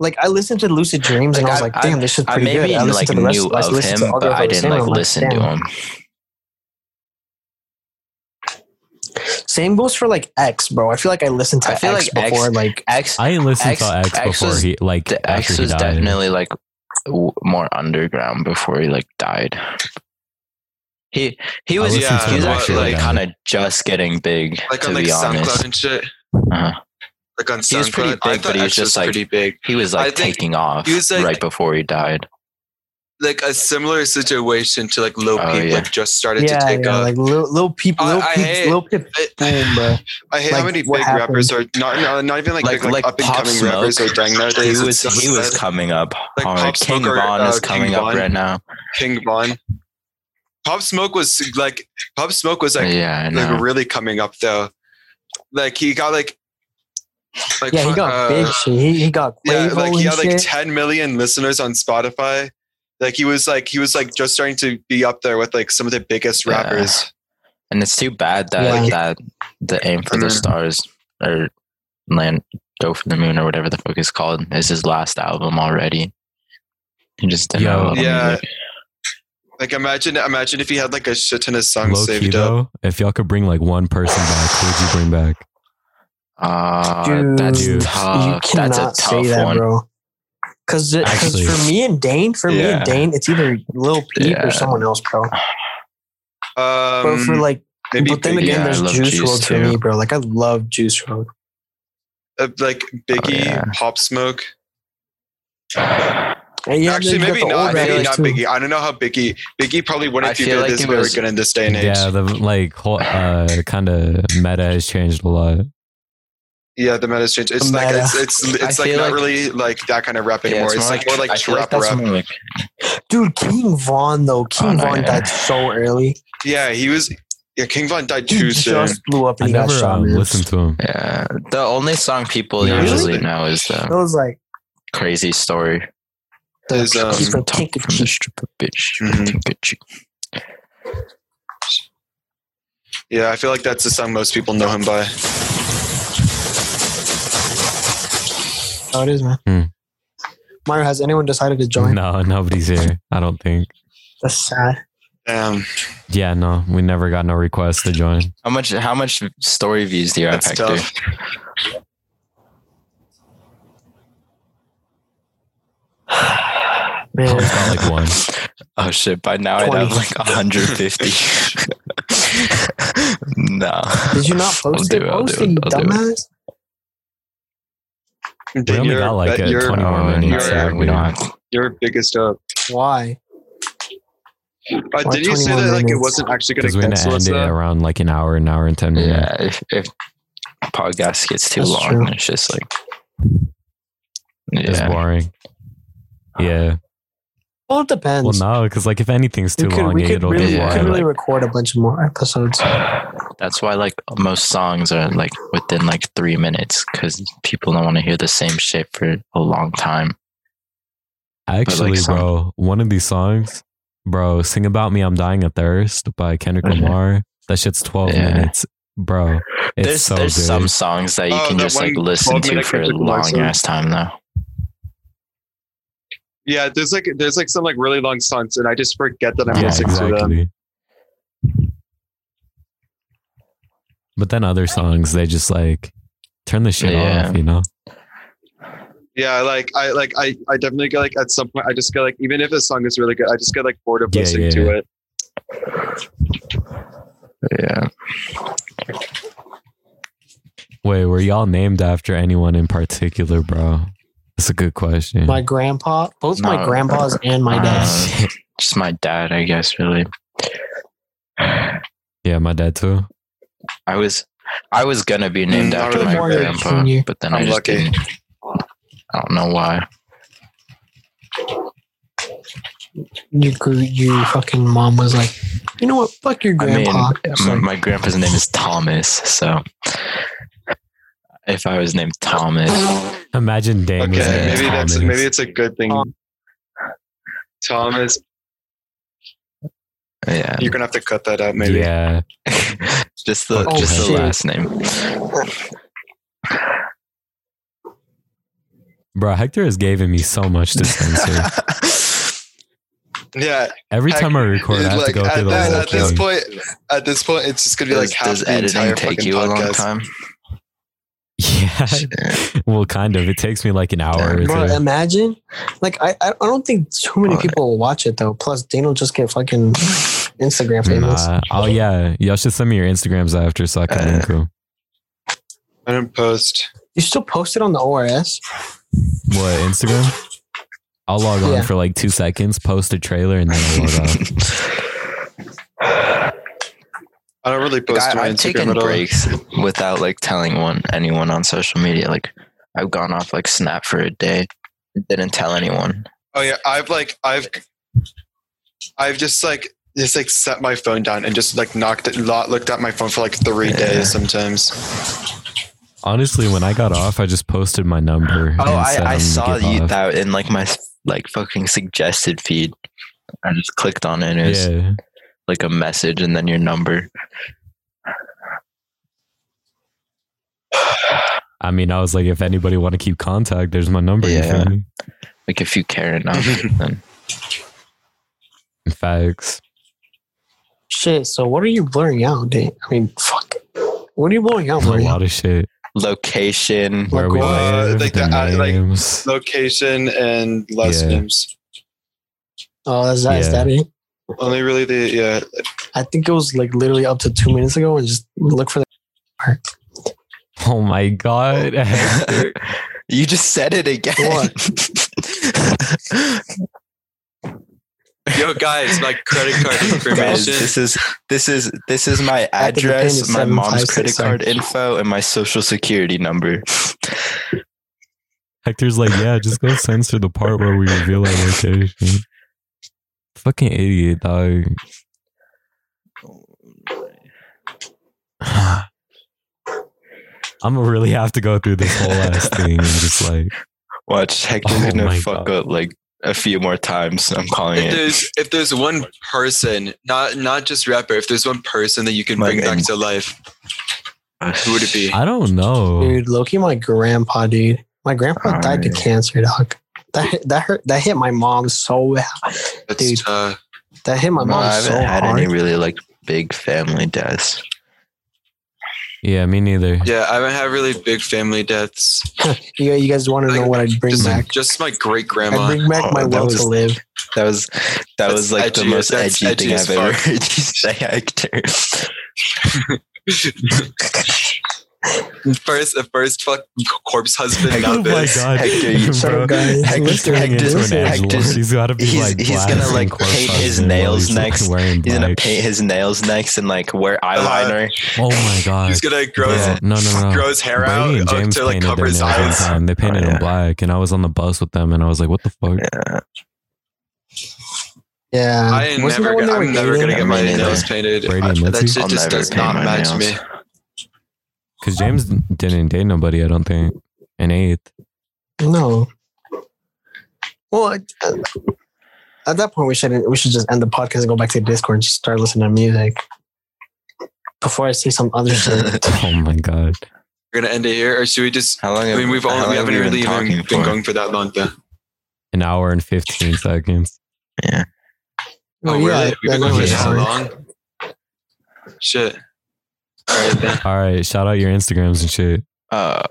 Speaker 5: like i listened to lucid dreams and
Speaker 2: Like,
Speaker 5: i was
Speaker 2: I-
Speaker 5: like
Speaker 2: I-
Speaker 5: damn this shit's
Speaker 2: I
Speaker 5: pretty
Speaker 2: maybe
Speaker 5: good i listened
Speaker 2: like
Speaker 5: to the rest
Speaker 2: knew
Speaker 5: I
Speaker 2: of
Speaker 5: listened to
Speaker 2: him,
Speaker 5: All
Speaker 2: but
Speaker 5: Girls Are
Speaker 2: I
Speaker 5: the Same,
Speaker 2: didn't
Speaker 5: and
Speaker 2: like
Speaker 5: I'm
Speaker 2: listen to
Speaker 5: damn.
Speaker 2: him.
Speaker 5: same goes for like x bro i feel like i listened to
Speaker 2: I feel
Speaker 5: x
Speaker 2: like X-
Speaker 5: before like
Speaker 2: X
Speaker 1: I didn't listen
Speaker 2: X-
Speaker 1: to X,
Speaker 2: X
Speaker 1: before
Speaker 2: was-
Speaker 1: he like
Speaker 2: the
Speaker 1: after
Speaker 2: X
Speaker 1: he
Speaker 2: was
Speaker 1: died.
Speaker 2: definitely like w- more underground before he like died. He he
Speaker 1: I
Speaker 2: was
Speaker 1: listened
Speaker 4: to
Speaker 2: he was
Speaker 4: him a lot,
Speaker 2: actually like
Speaker 1: like,
Speaker 2: kind of just getting big
Speaker 4: like
Speaker 2: to
Speaker 4: on like
Speaker 2: be
Speaker 4: SoundCloud
Speaker 2: honest.
Speaker 4: and shit.
Speaker 2: Uh-huh.
Speaker 4: Like on SoundCloud,
Speaker 2: He was pretty
Speaker 4: I
Speaker 2: big,
Speaker 4: thought
Speaker 2: but he was
Speaker 4: X
Speaker 2: just, like-
Speaker 4: pretty big.
Speaker 2: He was
Speaker 4: I
Speaker 2: like
Speaker 4: think
Speaker 2: taking off
Speaker 4: he was, like-
Speaker 2: right before he died.
Speaker 4: like a similar situation to like Lil
Speaker 2: Oh,
Speaker 4: Peep,
Speaker 2: yeah.
Speaker 4: like just started
Speaker 5: yeah,
Speaker 4: to take
Speaker 5: yeah
Speaker 4: off.
Speaker 5: like little, little peep
Speaker 4: I-
Speaker 5: little
Speaker 4: I
Speaker 5: peep
Speaker 4: hate-
Speaker 5: little peep boom bro
Speaker 4: I hate
Speaker 5: Like,
Speaker 4: how many
Speaker 5: what
Speaker 4: big rappers are not not, not even like,
Speaker 2: Like-
Speaker 4: big, like,
Speaker 2: like
Speaker 4: up and
Speaker 2: Pop
Speaker 4: coming
Speaker 2: Smoke.
Speaker 4: rappers are dying
Speaker 2: He
Speaker 4: nowadays.
Speaker 2: was
Speaker 4: It's so
Speaker 2: he was
Speaker 4: sad.
Speaker 2: coming up
Speaker 4: Like
Speaker 2: hard.
Speaker 4: Pop
Speaker 2: King
Speaker 4: Smoke or,
Speaker 2: Von
Speaker 4: uh,
Speaker 2: is
Speaker 4: King
Speaker 2: coming up
Speaker 4: Von.
Speaker 2: right now.
Speaker 4: King Von. Pop Smoke was like Pop Smoke was like
Speaker 2: yeah, I know.
Speaker 4: like really coming up though. Like he got like like
Speaker 5: yeah he got
Speaker 4: uh,
Speaker 5: big shit he, he got
Speaker 4: yeah
Speaker 5: Quavo
Speaker 4: like he
Speaker 5: and
Speaker 4: had like
Speaker 5: shit.
Speaker 4: 10 million listeners on Spotify. Like he was like he was like just starting to be up there with like some of the biggest
Speaker 2: Yeah.
Speaker 4: rappers.
Speaker 2: and it's too bad that
Speaker 5: Yeah.
Speaker 2: that the aim for the
Speaker 4: Mhm.
Speaker 2: stars or land go for the moon or whatever the fuck it's called is his last album already. He just didn't
Speaker 1: Yo.
Speaker 2: have a lot of
Speaker 4: Yeah.
Speaker 2: music.
Speaker 4: Like imagine imagine if he had like a shit ton of songs
Speaker 1: Low key
Speaker 4: saved up.
Speaker 1: though, if y'all could bring like one person back, who would you bring back?
Speaker 2: Uh,
Speaker 5: Dude,
Speaker 2: that's
Speaker 1: you
Speaker 2: tough. Uh,
Speaker 5: you
Speaker 2: That's
Speaker 5: cannot
Speaker 2: a tough
Speaker 5: say that,
Speaker 2: one.
Speaker 5: bro. Because
Speaker 1: Actually.
Speaker 5: for me and Dane, for me
Speaker 2: Yeah.
Speaker 5: and Dane, it's either Lil Peep
Speaker 2: Yeah.
Speaker 5: or someone else, bro.
Speaker 4: Um,
Speaker 5: But for like,
Speaker 4: maybe
Speaker 5: but then
Speaker 4: Biggie.
Speaker 5: again,
Speaker 2: yeah, I
Speaker 5: there's
Speaker 2: love
Speaker 5: Juice,
Speaker 2: Juice
Speaker 5: World for
Speaker 2: too.
Speaker 5: me, bro. Like I love Juice World.
Speaker 4: Uh, like Biggie,
Speaker 2: yeah.
Speaker 4: Pop Smoke.
Speaker 5: And yeah,
Speaker 4: Actually,
Speaker 5: then you
Speaker 4: maybe
Speaker 5: got the
Speaker 4: not.
Speaker 5: old
Speaker 4: Maybe
Speaker 5: rappers,
Speaker 4: not
Speaker 5: too.
Speaker 4: Biggie. I don't know how Biggie. Biggie probably
Speaker 2: I
Speaker 4: wouldn't be
Speaker 2: feel like
Speaker 4: this
Speaker 2: it
Speaker 4: very
Speaker 2: was-
Speaker 4: good in this day and age.
Speaker 1: Yeah,
Speaker 4: Yeah,
Speaker 1: the like whole uh kind of meta has changed a lot.
Speaker 4: the meta's changed. It's
Speaker 5: The
Speaker 4: like
Speaker 5: meta.
Speaker 4: it's it's,
Speaker 2: I
Speaker 4: it's like
Speaker 2: feel
Speaker 4: not
Speaker 2: like-
Speaker 4: really like that kind of rap
Speaker 2: Yeah,
Speaker 4: anymore. it's, like, more
Speaker 2: I
Speaker 4: like
Speaker 2: feel
Speaker 4: trap
Speaker 2: that's
Speaker 4: rap.
Speaker 2: more like-
Speaker 5: Dude, King Von though, King
Speaker 2: Oh, no,
Speaker 5: Von
Speaker 2: yeah.
Speaker 5: died so early.
Speaker 4: Yeah, he was. Yeah, King Von died
Speaker 5: He
Speaker 4: too soon.
Speaker 5: just blew up
Speaker 1: I
Speaker 5: and he got
Speaker 1: never
Speaker 5: shot.
Speaker 1: um,
Speaker 5: man.
Speaker 1: listened to him.
Speaker 2: yeah, the only song people
Speaker 4: Yeah.
Speaker 2: usually
Speaker 4: Really?
Speaker 2: know is
Speaker 5: It
Speaker 2: the
Speaker 5: was like
Speaker 2: crazy story.
Speaker 5: the
Speaker 4: His, um,
Speaker 5: he's from
Speaker 2: Top from the
Speaker 5: Kankakee.
Speaker 2: stripper bitch.
Speaker 4: Mhm.
Speaker 2: Bitch.
Speaker 4: Yeah, I feel like that's the song most people know him by.
Speaker 5: Oh, it is, man.
Speaker 1: Hmm.
Speaker 5: Mario, has anyone decided to join?
Speaker 1: No, nobody's here. I don't think.
Speaker 5: That's sad.
Speaker 4: Damn,
Speaker 1: Yeah, no, we never got no requests to join.
Speaker 2: How much? How much story views do you have,
Speaker 4: that's
Speaker 2: Hector?
Speaker 4: tough.
Speaker 1: I
Speaker 5: Man,
Speaker 1: always got like one.
Speaker 2: Oh shit! By now I'd
Speaker 5: 20.
Speaker 2: have like 150. no.
Speaker 5: did you not
Speaker 2: I'll
Speaker 5: post
Speaker 2: do
Speaker 5: it?
Speaker 2: it, I'll
Speaker 5: Post
Speaker 2: do
Speaker 5: it,
Speaker 2: it,
Speaker 5: you
Speaker 2: I'll do it.
Speaker 5: dumbass.
Speaker 1: We only got like uh, 20 more
Speaker 2: Oh,
Speaker 1: minutes.
Speaker 2: yeah,
Speaker 1: So we don't have
Speaker 4: your biggest up.
Speaker 5: Why?
Speaker 4: Uh,
Speaker 5: Why
Speaker 4: did you say
Speaker 5: 21
Speaker 4: that like it
Speaker 5: minutes?
Speaker 4: wasn't actually going
Speaker 1: because
Speaker 4: to
Speaker 1: we're gonna
Speaker 4: cancel
Speaker 1: end
Speaker 4: us?
Speaker 1: it
Speaker 4: though?
Speaker 1: around like an hour, an hour and ten minutes.
Speaker 2: Yeah, if, if podcast gets too
Speaker 5: That's
Speaker 2: long,
Speaker 5: true.
Speaker 2: it's just like
Speaker 1: It's
Speaker 2: yeah.
Speaker 1: boring. Yeah.
Speaker 5: Well, it depends.
Speaker 1: Well, no, because like if anything's too
Speaker 5: we could,
Speaker 1: long,
Speaker 5: we could
Speaker 1: it'll
Speaker 5: really,
Speaker 1: get
Speaker 5: we
Speaker 2: yeah,
Speaker 1: boring.
Speaker 5: could really
Speaker 2: like-
Speaker 5: record a bunch of more episodes.
Speaker 2: That's why like most songs are like within like three minutes because people don't want to hear the same shit for a long time.
Speaker 1: Actually,
Speaker 2: some-
Speaker 1: bro, one of these songs, bro, "Sing About Me, I'm Dying of Thirst" by Kendrick
Speaker 2: Mhm.
Speaker 1: Lamar. That shit's twelve
Speaker 2: Yeah.
Speaker 1: minutes, bro. It's
Speaker 2: there's
Speaker 1: so
Speaker 2: there's
Speaker 1: good.
Speaker 2: some songs that you
Speaker 4: Oh,
Speaker 2: can
Speaker 4: that
Speaker 2: just
Speaker 4: one
Speaker 2: like listen
Speaker 4: 12
Speaker 2: to
Speaker 4: minute
Speaker 2: for a
Speaker 4: Kendrick Lamar
Speaker 2: long
Speaker 4: song.
Speaker 2: ass time though.
Speaker 4: Yeah, there's like there's like some like really long songs, and I just forget that I'm
Speaker 1: yeah,
Speaker 4: listening to them.
Speaker 1: exactly. But then other songs, they just like turn the shit
Speaker 2: Yeah.
Speaker 1: off, you know.
Speaker 4: Yeah, like I like I I definitely get like at some point I just get like even if a song is really good, I just get like bored of
Speaker 1: Yeah,
Speaker 4: listening
Speaker 1: yeah, yeah.
Speaker 4: to it.
Speaker 2: Yeah.
Speaker 1: Wait, were y'all named after anyone in particular, bro? That's a good question.
Speaker 5: My grandpa, both my
Speaker 2: No.
Speaker 5: grandpas and my dad.
Speaker 2: Uh, just my dad, I guess. Really,
Speaker 1: yeah, my dad too.
Speaker 2: I was I was gonna be named
Speaker 4: Mm, not
Speaker 2: after
Speaker 4: really.
Speaker 2: my
Speaker 5: Mario
Speaker 2: grandpa,
Speaker 5: Jr.
Speaker 2: but then i
Speaker 4: I'm
Speaker 2: just
Speaker 4: lucky.
Speaker 2: didn't. I don't know why.
Speaker 5: Your gr- your fucking mom was like, you know what? Fuck your
Speaker 2: I mean,
Speaker 5: grandpa. It's
Speaker 2: My,
Speaker 5: like,
Speaker 2: my grandpa's name is Thomas, so if I was named Thomas,
Speaker 1: Imagine Dane was
Speaker 4: Okay,
Speaker 1: named
Speaker 4: maybe that's
Speaker 1: Thomas.
Speaker 4: maybe it's a good thing. Thomas,
Speaker 2: yeah,
Speaker 4: you're gonna have to cut that out. Maybe.
Speaker 1: Yeah,
Speaker 2: just the
Speaker 1: Oh,
Speaker 2: just the
Speaker 5: shit.
Speaker 2: last name.
Speaker 1: bro. Hector has given me so much to censor.
Speaker 4: Yeah,
Speaker 1: Every
Speaker 4: Heck,
Speaker 1: time I record, I have to
Speaker 4: like
Speaker 1: go
Speaker 4: at,
Speaker 1: through the
Speaker 4: that,
Speaker 1: whole
Speaker 4: at this
Speaker 1: thing.
Speaker 4: point, at this point, it's just gonna be
Speaker 2: does,
Speaker 4: like half
Speaker 2: does
Speaker 4: the
Speaker 2: editing
Speaker 4: entire
Speaker 2: take
Speaker 4: fucking
Speaker 2: you a long
Speaker 4: podcast.
Speaker 2: time?
Speaker 1: yeah, well, kind of. It takes me like an hour or
Speaker 5: bro,
Speaker 1: two.
Speaker 5: imagine. Like, I, I I don't think too many
Speaker 2: Alright.
Speaker 5: people will watch it though. Plus, Dane will just get fucking Instagram famous.
Speaker 1: Nah. Oh yeah, y'all should send me your Instagrams after so I can
Speaker 2: Uh,
Speaker 1: link 'em.
Speaker 4: I didn't post.
Speaker 5: You still post it on the ORS?
Speaker 1: What Instagram? I'll log on
Speaker 5: Yeah.
Speaker 1: for like two seconds, post a trailer, and then I'll log off.
Speaker 4: I don't really post
Speaker 2: Like, I,
Speaker 4: my
Speaker 2: I've
Speaker 4: Instagram
Speaker 2: taken
Speaker 4: at all.
Speaker 2: breaks without like telling one anyone on social media. Like I've gone off like Snap for a day, didn't tell anyone.
Speaker 4: Oh yeah, I've like I've I've just like just like set my phone down and just like knocked it lot looked at my phone for like three
Speaker 2: Yeah.
Speaker 4: days sometimes.
Speaker 1: Honestly, when I got off, I just posted my number.
Speaker 2: Oh,
Speaker 1: and
Speaker 2: I,
Speaker 1: said I'm
Speaker 2: I
Speaker 1: gonna
Speaker 2: saw
Speaker 1: give
Speaker 2: you
Speaker 1: off.
Speaker 2: that in like my like fucking suggested feed. I just clicked on it and it was
Speaker 1: Yeah,
Speaker 2: like a message and then your number.
Speaker 1: I mean, I was like, if anybody want to keep contact, there's my number. You
Speaker 2: Yeah.
Speaker 1: feel me?
Speaker 2: Like if you care enough, then
Speaker 1: Facts.
Speaker 5: Shit. So what are you blurring out, Dane? I mean, fuck. What are you blurring out,
Speaker 1: A
Speaker 5: Mario?
Speaker 1: lot of shit.
Speaker 2: location.
Speaker 1: Where
Speaker 5: Like
Speaker 1: we
Speaker 5: what?
Speaker 1: live,
Speaker 4: Like
Speaker 1: the
Speaker 4: that, I- like-
Speaker 1: names.
Speaker 4: Location and last
Speaker 1: Yeah.
Speaker 4: names.
Speaker 5: Oh, that's that. Is
Speaker 1: Yeah.
Speaker 5: that it?
Speaker 4: Only really the yeah.
Speaker 5: I think it was like literally up to two minutes ago, and just look for the.
Speaker 1: Oh my god.
Speaker 2: you just said it again.
Speaker 6: Yo, guys, my credit card
Speaker 2: Guys,
Speaker 6: information.
Speaker 2: this is this is this is my
Speaker 5: Back of the pen
Speaker 2: address,
Speaker 5: is
Speaker 2: my
Speaker 5: seven,
Speaker 2: mom's
Speaker 5: five, six,
Speaker 2: credit
Speaker 5: seven.
Speaker 2: card info, and my social security number.
Speaker 1: Hector's like, yeah, just go censor the part where we reveal our location. Fucking idiot, dog. I'm gonna really have to go through this whole ass thing and just like,
Speaker 2: Watch, Hector's
Speaker 1: Oh
Speaker 2: gonna
Speaker 1: my
Speaker 2: fuck
Speaker 1: God.
Speaker 2: up like a few more times. I'm calling
Speaker 6: if
Speaker 2: it.
Speaker 6: there's if there's one person, not not just rapper, if there's one person that you can
Speaker 2: My
Speaker 6: bring back
Speaker 2: name.
Speaker 6: to life, who would it be?
Speaker 1: I don't know.
Speaker 5: Dude, Loki, my grandpa, dude. My grandpa
Speaker 2: Oh,
Speaker 5: died to
Speaker 2: yeah.
Speaker 5: cancer, dog. That hit, that hurt. That hit my mom so bad.
Speaker 6: That's uh,
Speaker 5: Dude.
Speaker 6: tough.
Speaker 5: That hit my
Speaker 2: No, I
Speaker 5: mom
Speaker 2: haven't
Speaker 5: so
Speaker 2: had
Speaker 5: hard.
Speaker 2: any really like big family deaths.
Speaker 1: Yeah, me neither.
Speaker 6: yeah, I haven't had really big family deaths.
Speaker 5: you, you guys want to know what I'd bring
Speaker 6: Just
Speaker 5: back?
Speaker 6: just my great
Speaker 5: I'd
Speaker 6: grandma.
Speaker 5: bring back
Speaker 2: Oh,
Speaker 5: my
Speaker 2: that
Speaker 5: will
Speaker 2: was-
Speaker 5: to live.
Speaker 2: That was that
Speaker 6: That's
Speaker 2: was like the
Speaker 6: edgy-
Speaker 2: most
Speaker 6: that's
Speaker 2: edgy,
Speaker 6: edgy
Speaker 2: thing
Speaker 6: as
Speaker 2: I've ever
Speaker 6: fuck.
Speaker 2: heard you say, Hector.
Speaker 4: First, the first fuck corpse husband. Now
Speaker 1: oh my
Speaker 4: this.
Speaker 1: god,
Speaker 2: Hector, you-
Speaker 1: Bro,
Speaker 5: So guys,
Speaker 1: he's
Speaker 2: listen,
Speaker 1: turning
Speaker 2: Hector's-
Speaker 1: into an edgelord.
Speaker 2: Hector's-
Speaker 1: He's got to be
Speaker 2: he's-
Speaker 1: like
Speaker 2: he's gonna,
Speaker 1: blasting
Speaker 2: like,
Speaker 1: corpse
Speaker 2: paint his
Speaker 1: husband while
Speaker 2: nails
Speaker 1: he's, like,
Speaker 2: next.
Speaker 1: Wearing
Speaker 2: He's gonna
Speaker 1: black.
Speaker 2: paint his nails next and like wear eyeliner.
Speaker 1: Oh my god.
Speaker 4: He's gonna grow
Speaker 2: Yeah.
Speaker 4: his,
Speaker 1: No, no, no.
Speaker 4: grow his hair
Speaker 1: Brady and
Speaker 4: out uh,
Speaker 1: James
Speaker 4: to like
Speaker 1: painted
Speaker 4: cover
Speaker 1: their
Speaker 4: his
Speaker 1: nails one
Speaker 4: eyes.
Speaker 1: time. They painted
Speaker 2: Oh,
Speaker 1: them
Speaker 2: yeah.
Speaker 1: black, and I was on the bus with them, and I was like, "What the fuck?"
Speaker 5: Yeah.
Speaker 4: I ain't
Speaker 5: Wasn't
Speaker 4: never.
Speaker 5: that
Speaker 4: Gonna,
Speaker 5: when they were
Speaker 4: I'm never
Speaker 5: dating?
Speaker 4: gonna get my
Speaker 2: Me neither.
Speaker 4: nails painted.
Speaker 1: Brady and
Speaker 4: that
Speaker 1: Lindsay?
Speaker 4: shit
Speaker 2: I'll
Speaker 4: just
Speaker 2: never
Speaker 4: does
Speaker 2: paint
Speaker 4: not
Speaker 2: my
Speaker 4: match
Speaker 2: nails.
Speaker 4: me.
Speaker 1: Because James didn't date nobody, I don't think. In eighth,
Speaker 5: No. Well, at, at that point, we should we should just end the podcast and go back to Discord and just start listening to music. Before I say some other Uh, shit,
Speaker 1: oh my god,
Speaker 4: We're gonna end it here, or should we just?
Speaker 2: How long?
Speaker 4: I
Speaker 2: have-
Speaker 4: mean, we've
Speaker 2: how
Speaker 4: only
Speaker 2: long
Speaker 4: we
Speaker 2: have
Speaker 4: haven't
Speaker 2: we
Speaker 4: really even
Speaker 2: talking
Speaker 4: been
Speaker 2: for?
Speaker 4: going for that long though.
Speaker 1: an hour and fifteen seconds.
Speaker 4: Oh, really? We've been
Speaker 5: that
Speaker 4: going for
Speaker 5: is-
Speaker 4: that long. Shit. All right then.
Speaker 1: All right, shout out your Instagrams and shit.
Speaker 2: Uh,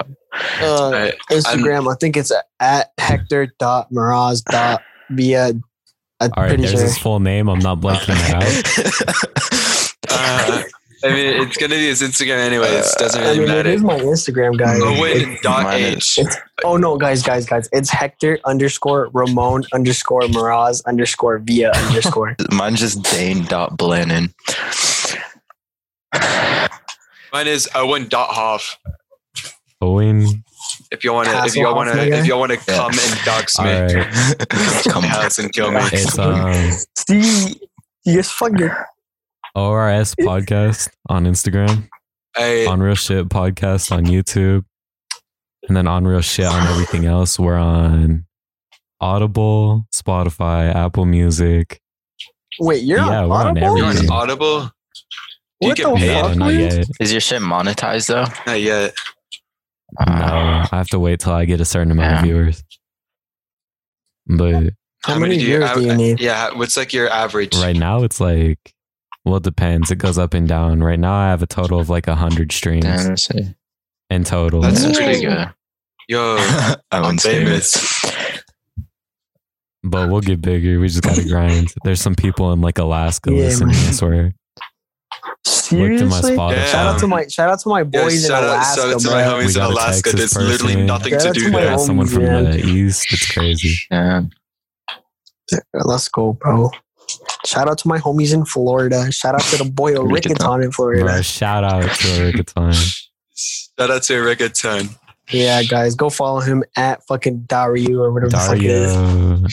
Speaker 4: All
Speaker 5: Uh,
Speaker 4: right.
Speaker 5: Instagram, i think it's at hector.miraz.via. I'm
Speaker 1: All right,
Speaker 5: pretty
Speaker 1: there's
Speaker 5: sure.
Speaker 1: his full name. I'm not blanking that out.
Speaker 4: Uh, I mean, it's gonna be his Instagram anyway. It doesn't
Speaker 5: I
Speaker 4: really
Speaker 5: mean, it
Speaker 4: matter.
Speaker 5: is my Instagram, guys.
Speaker 4: Oh wait,
Speaker 5: It's-
Speaker 4: dot
Speaker 2: mine
Speaker 4: H.
Speaker 2: is-
Speaker 5: oh no, guys, guys, guys! It's Hector underscore Ramon underscore Miraz underscore Via underscore.
Speaker 2: mine's just Dane dot Blennon.
Speaker 4: Mine is Owen dot Hoff.
Speaker 1: Owen.
Speaker 4: If you wanna, if you
Speaker 5: Hasselhoff,
Speaker 4: wanna,
Speaker 5: my guy?
Speaker 4: if you wanna
Speaker 2: Yeah.
Speaker 4: come and dox
Speaker 1: All
Speaker 4: me,
Speaker 1: right,
Speaker 2: Come on.
Speaker 4: house and kill me.
Speaker 1: it's um
Speaker 5: See, you guys fucking
Speaker 1: ORS podcast on Instagram,
Speaker 4: Hey,
Speaker 1: on real shit podcast on YouTube, and then on real shit on everything else. We're on Audible, Spotify, Apple Music.
Speaker 5: wait. You're
Speaker 1: Yeah,
Speaker 5: on
Speaker 1: we're on
Speaker 5: Audible.
Speaker 4: you're
Speaker 1: everything.
Speaker 4: on Audible? Do you
Speaker 5: What
Speaker 4: get
Speaker 5: the
Speaker 4: paid?
Speaker 1: No,
Speaker 5: fuck?
Speaker 1: not
Speaker 5: man?
Speaker 1: yet.
Speaker 2: Is your shit monetized though?
Speaker 4: Not yet.
Speaker 1: No, I have to wait till I get a certain amount of
Speaker 2: Yeah.
Speaker 1: viewers. But
Speaker 5: How many
Speaker 4: do
Speaker 5: viewers do you
Speaker 4: uh,
Speaker 5: need?
Speaker 4: Yeah, what's like your average?
Speaker 1: right now, it's like, well, it depends. It goes up and down. Right now, I have a total of like a hundred streams
Speaker 2: Damn, that's,
Speaker 1: in total.
Speaker 4: That's
Speaker 2: that's
Speaker 4: Ooh.
Speaker 2: pretty good.
Speaker 4: Yo,
Speaker 2: I
Speaker 4: I'm
Speaker 2: wouldn't say
Speaker 4: famous.
Speaker 1: but we'll get bigger. We just gotta grind. There's some people in like Alaska
Speaker 5: Yeah,
Speaker 1: listening. I
Speaker 5: man.
Speaker 1: swear. Look to my
Speaker 5: Seriously?
Speaker 1: Spotify.
Speaker 4: Damn.
Speaker 5: Shout out to my shout out to my
Speaker 4: Yo,
Speaker 5: boys
Speaker 4: shout
Speaker 5: in
Speaker 4: out,
Speaker 5: Alaska,
Speaker 4: shout out to
Speaker 5: bro.
Speaker 4: my
Speaker 1: We
Speaker 4: homies in
Speaker 1: got a
Speaker 4: Alaska.
Speaker 1: Texas
Speaker 4: There's literally
Speaker 1: person.
Speaker 4: nothing
Speaker 5: Shout
Speaker 4: to
Speaker 5: out to
Speaker 4: do
Speaker 1: We
Speaker 5: my
Speaker 4: there.
Speaker 1: got someone from
Speaker 5: homies,
Speaker 1: the east. It's crazy.
Speaker 2: Yeah.
Speaker 5: Let's go, bro. Shout out to my homies in Florida. Shout out to the boy Rickaton in
Speaker 1: Bro,
Speaker 5: Florida.
Speaker 1: shout out to Rickaton.
Speaker 4: Shout out to Reggaeton.
Speaker 5: Yeah, guys, go follow him at fucking Dario or whatever the fuck it is.
Speaker 1: Dario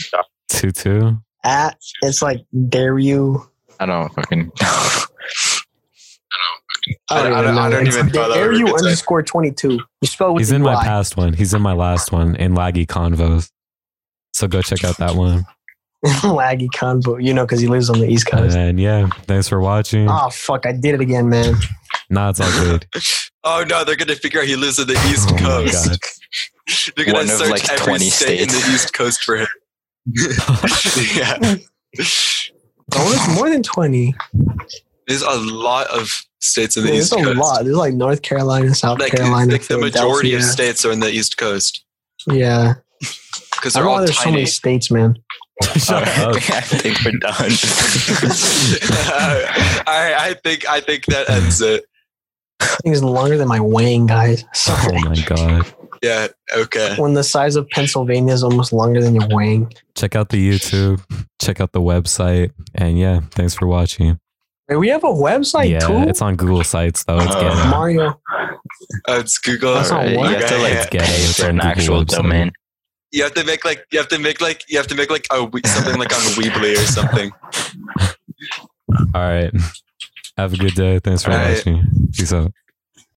Speaker 1: Tutu.
Speaker 5: At it's like Dario.
Speaker 2: I don't fucking.
Speaker 4: I don't- I don't- I don't
Speaker 5: It's
Speaker 4: even follow
Speaker 5: Dario
Speaker 4: Rickaton.
Speaker 5: underscore twenty two. You spell with
Speaker 1: He's in
Speaker 5: a
Speaker 1: my
Speaker 5: Y.
Speaker 1: past one. He's in my last one in Laggy Convos. So go check out that one.
Speaker 5: laggy convo. You know, because he lives on the East
Speaker 1: And
Speaker 5: Coast.
Speaker 1: then, yeah, thanks for watching.
Speaker 5: Oh fuck! I did it again, man.
Speaker 1: Nah, it's all good.
Speaker 4: Oh no, they're gonna figure out he lives in the East
Speaker 1: Oh my
Speaker 4: Coast.
Speaker 1: God.
Speaker 4: They're gonna
Speaker 2: One of,
Speaker 4: search
Speaker 2: like,
Speaker 4: every
Speaker 2: 20
Speaker 4: state in
Speaker 2: states.
Speaker 4: the East Coast for him. yeah,
Speaker 5: Oh, it's more than twenty.
Speaker 4: there's a lot of states in the
Speaker 5: There's
Speaker 4: East
Speaker 5: a
Speaker 4: Coast.
Speaker 5: lot. There's like North Carolina, South
Speaker 4: Like,
Speaker 5: Carolina,
Speaker 4: like the majority of
Speaker 5: Philadelphia.
Speaker 4: states are in the East Coast
Speaker 5: Yeah,
Speaker 4: because
Speaker 5: I
Speaker 4: they're
Speaker 5: don't know why
Speaker 4: all
Speaker 5: there's so many
Speaker 4: tiny.
Speaker 5: states, man.
Speaker 1: Shut
Speaker 2: Alright,
Speaker 1: up.
Speaker 2: I think we're done.
Speaker 4: all right, I think I think that ends it.
Speaker 5: Things longer than my wang, guys.
Speaker 1: Oh
Speaker 5: Sorry.
Speaker 1: my god.
Speaker 4: Yeah. Okay.
Speaker 5: when the size of Pennsylvania is almost longer than your wang.
Speaker 1: Check out the YouTube. Check out the website. And yeah, thanks for watching.
Speaker 5: Wait, we have a website
Speaker 1: yeah,
Speaker 5: too.
Speaker 1: it's on Google Sites though. It's
Speaker 2: Uh,
Speaker 1: ghetto.
Speaker 5: Mario.
Speaker 4: Uh, it's Google.
Speaker 5: That's not
Speaker 2: Alright,
Speaker 5: what?
Speaker 2: You have to
Speaker 4: Okay,
Speaker 2: like
Speaker 4: yeah.
Speaker 1: Get it,
Speaker 2: pay
Speaker 1: it's
Speaker 2: for
Speaker 1: on
Speaker 2: an
Speaker 1: Google
Speaker 2: actual
Speaker 1: website.
Speaker 2: domain.
Speaker 4: You have to make like you have to make like you have to make like a we- something like on Weebly or something.
Speaker 1: All right. Have a good day. Thanks for
Speaker 4: All right.
Speaker 1: watching. Peace out.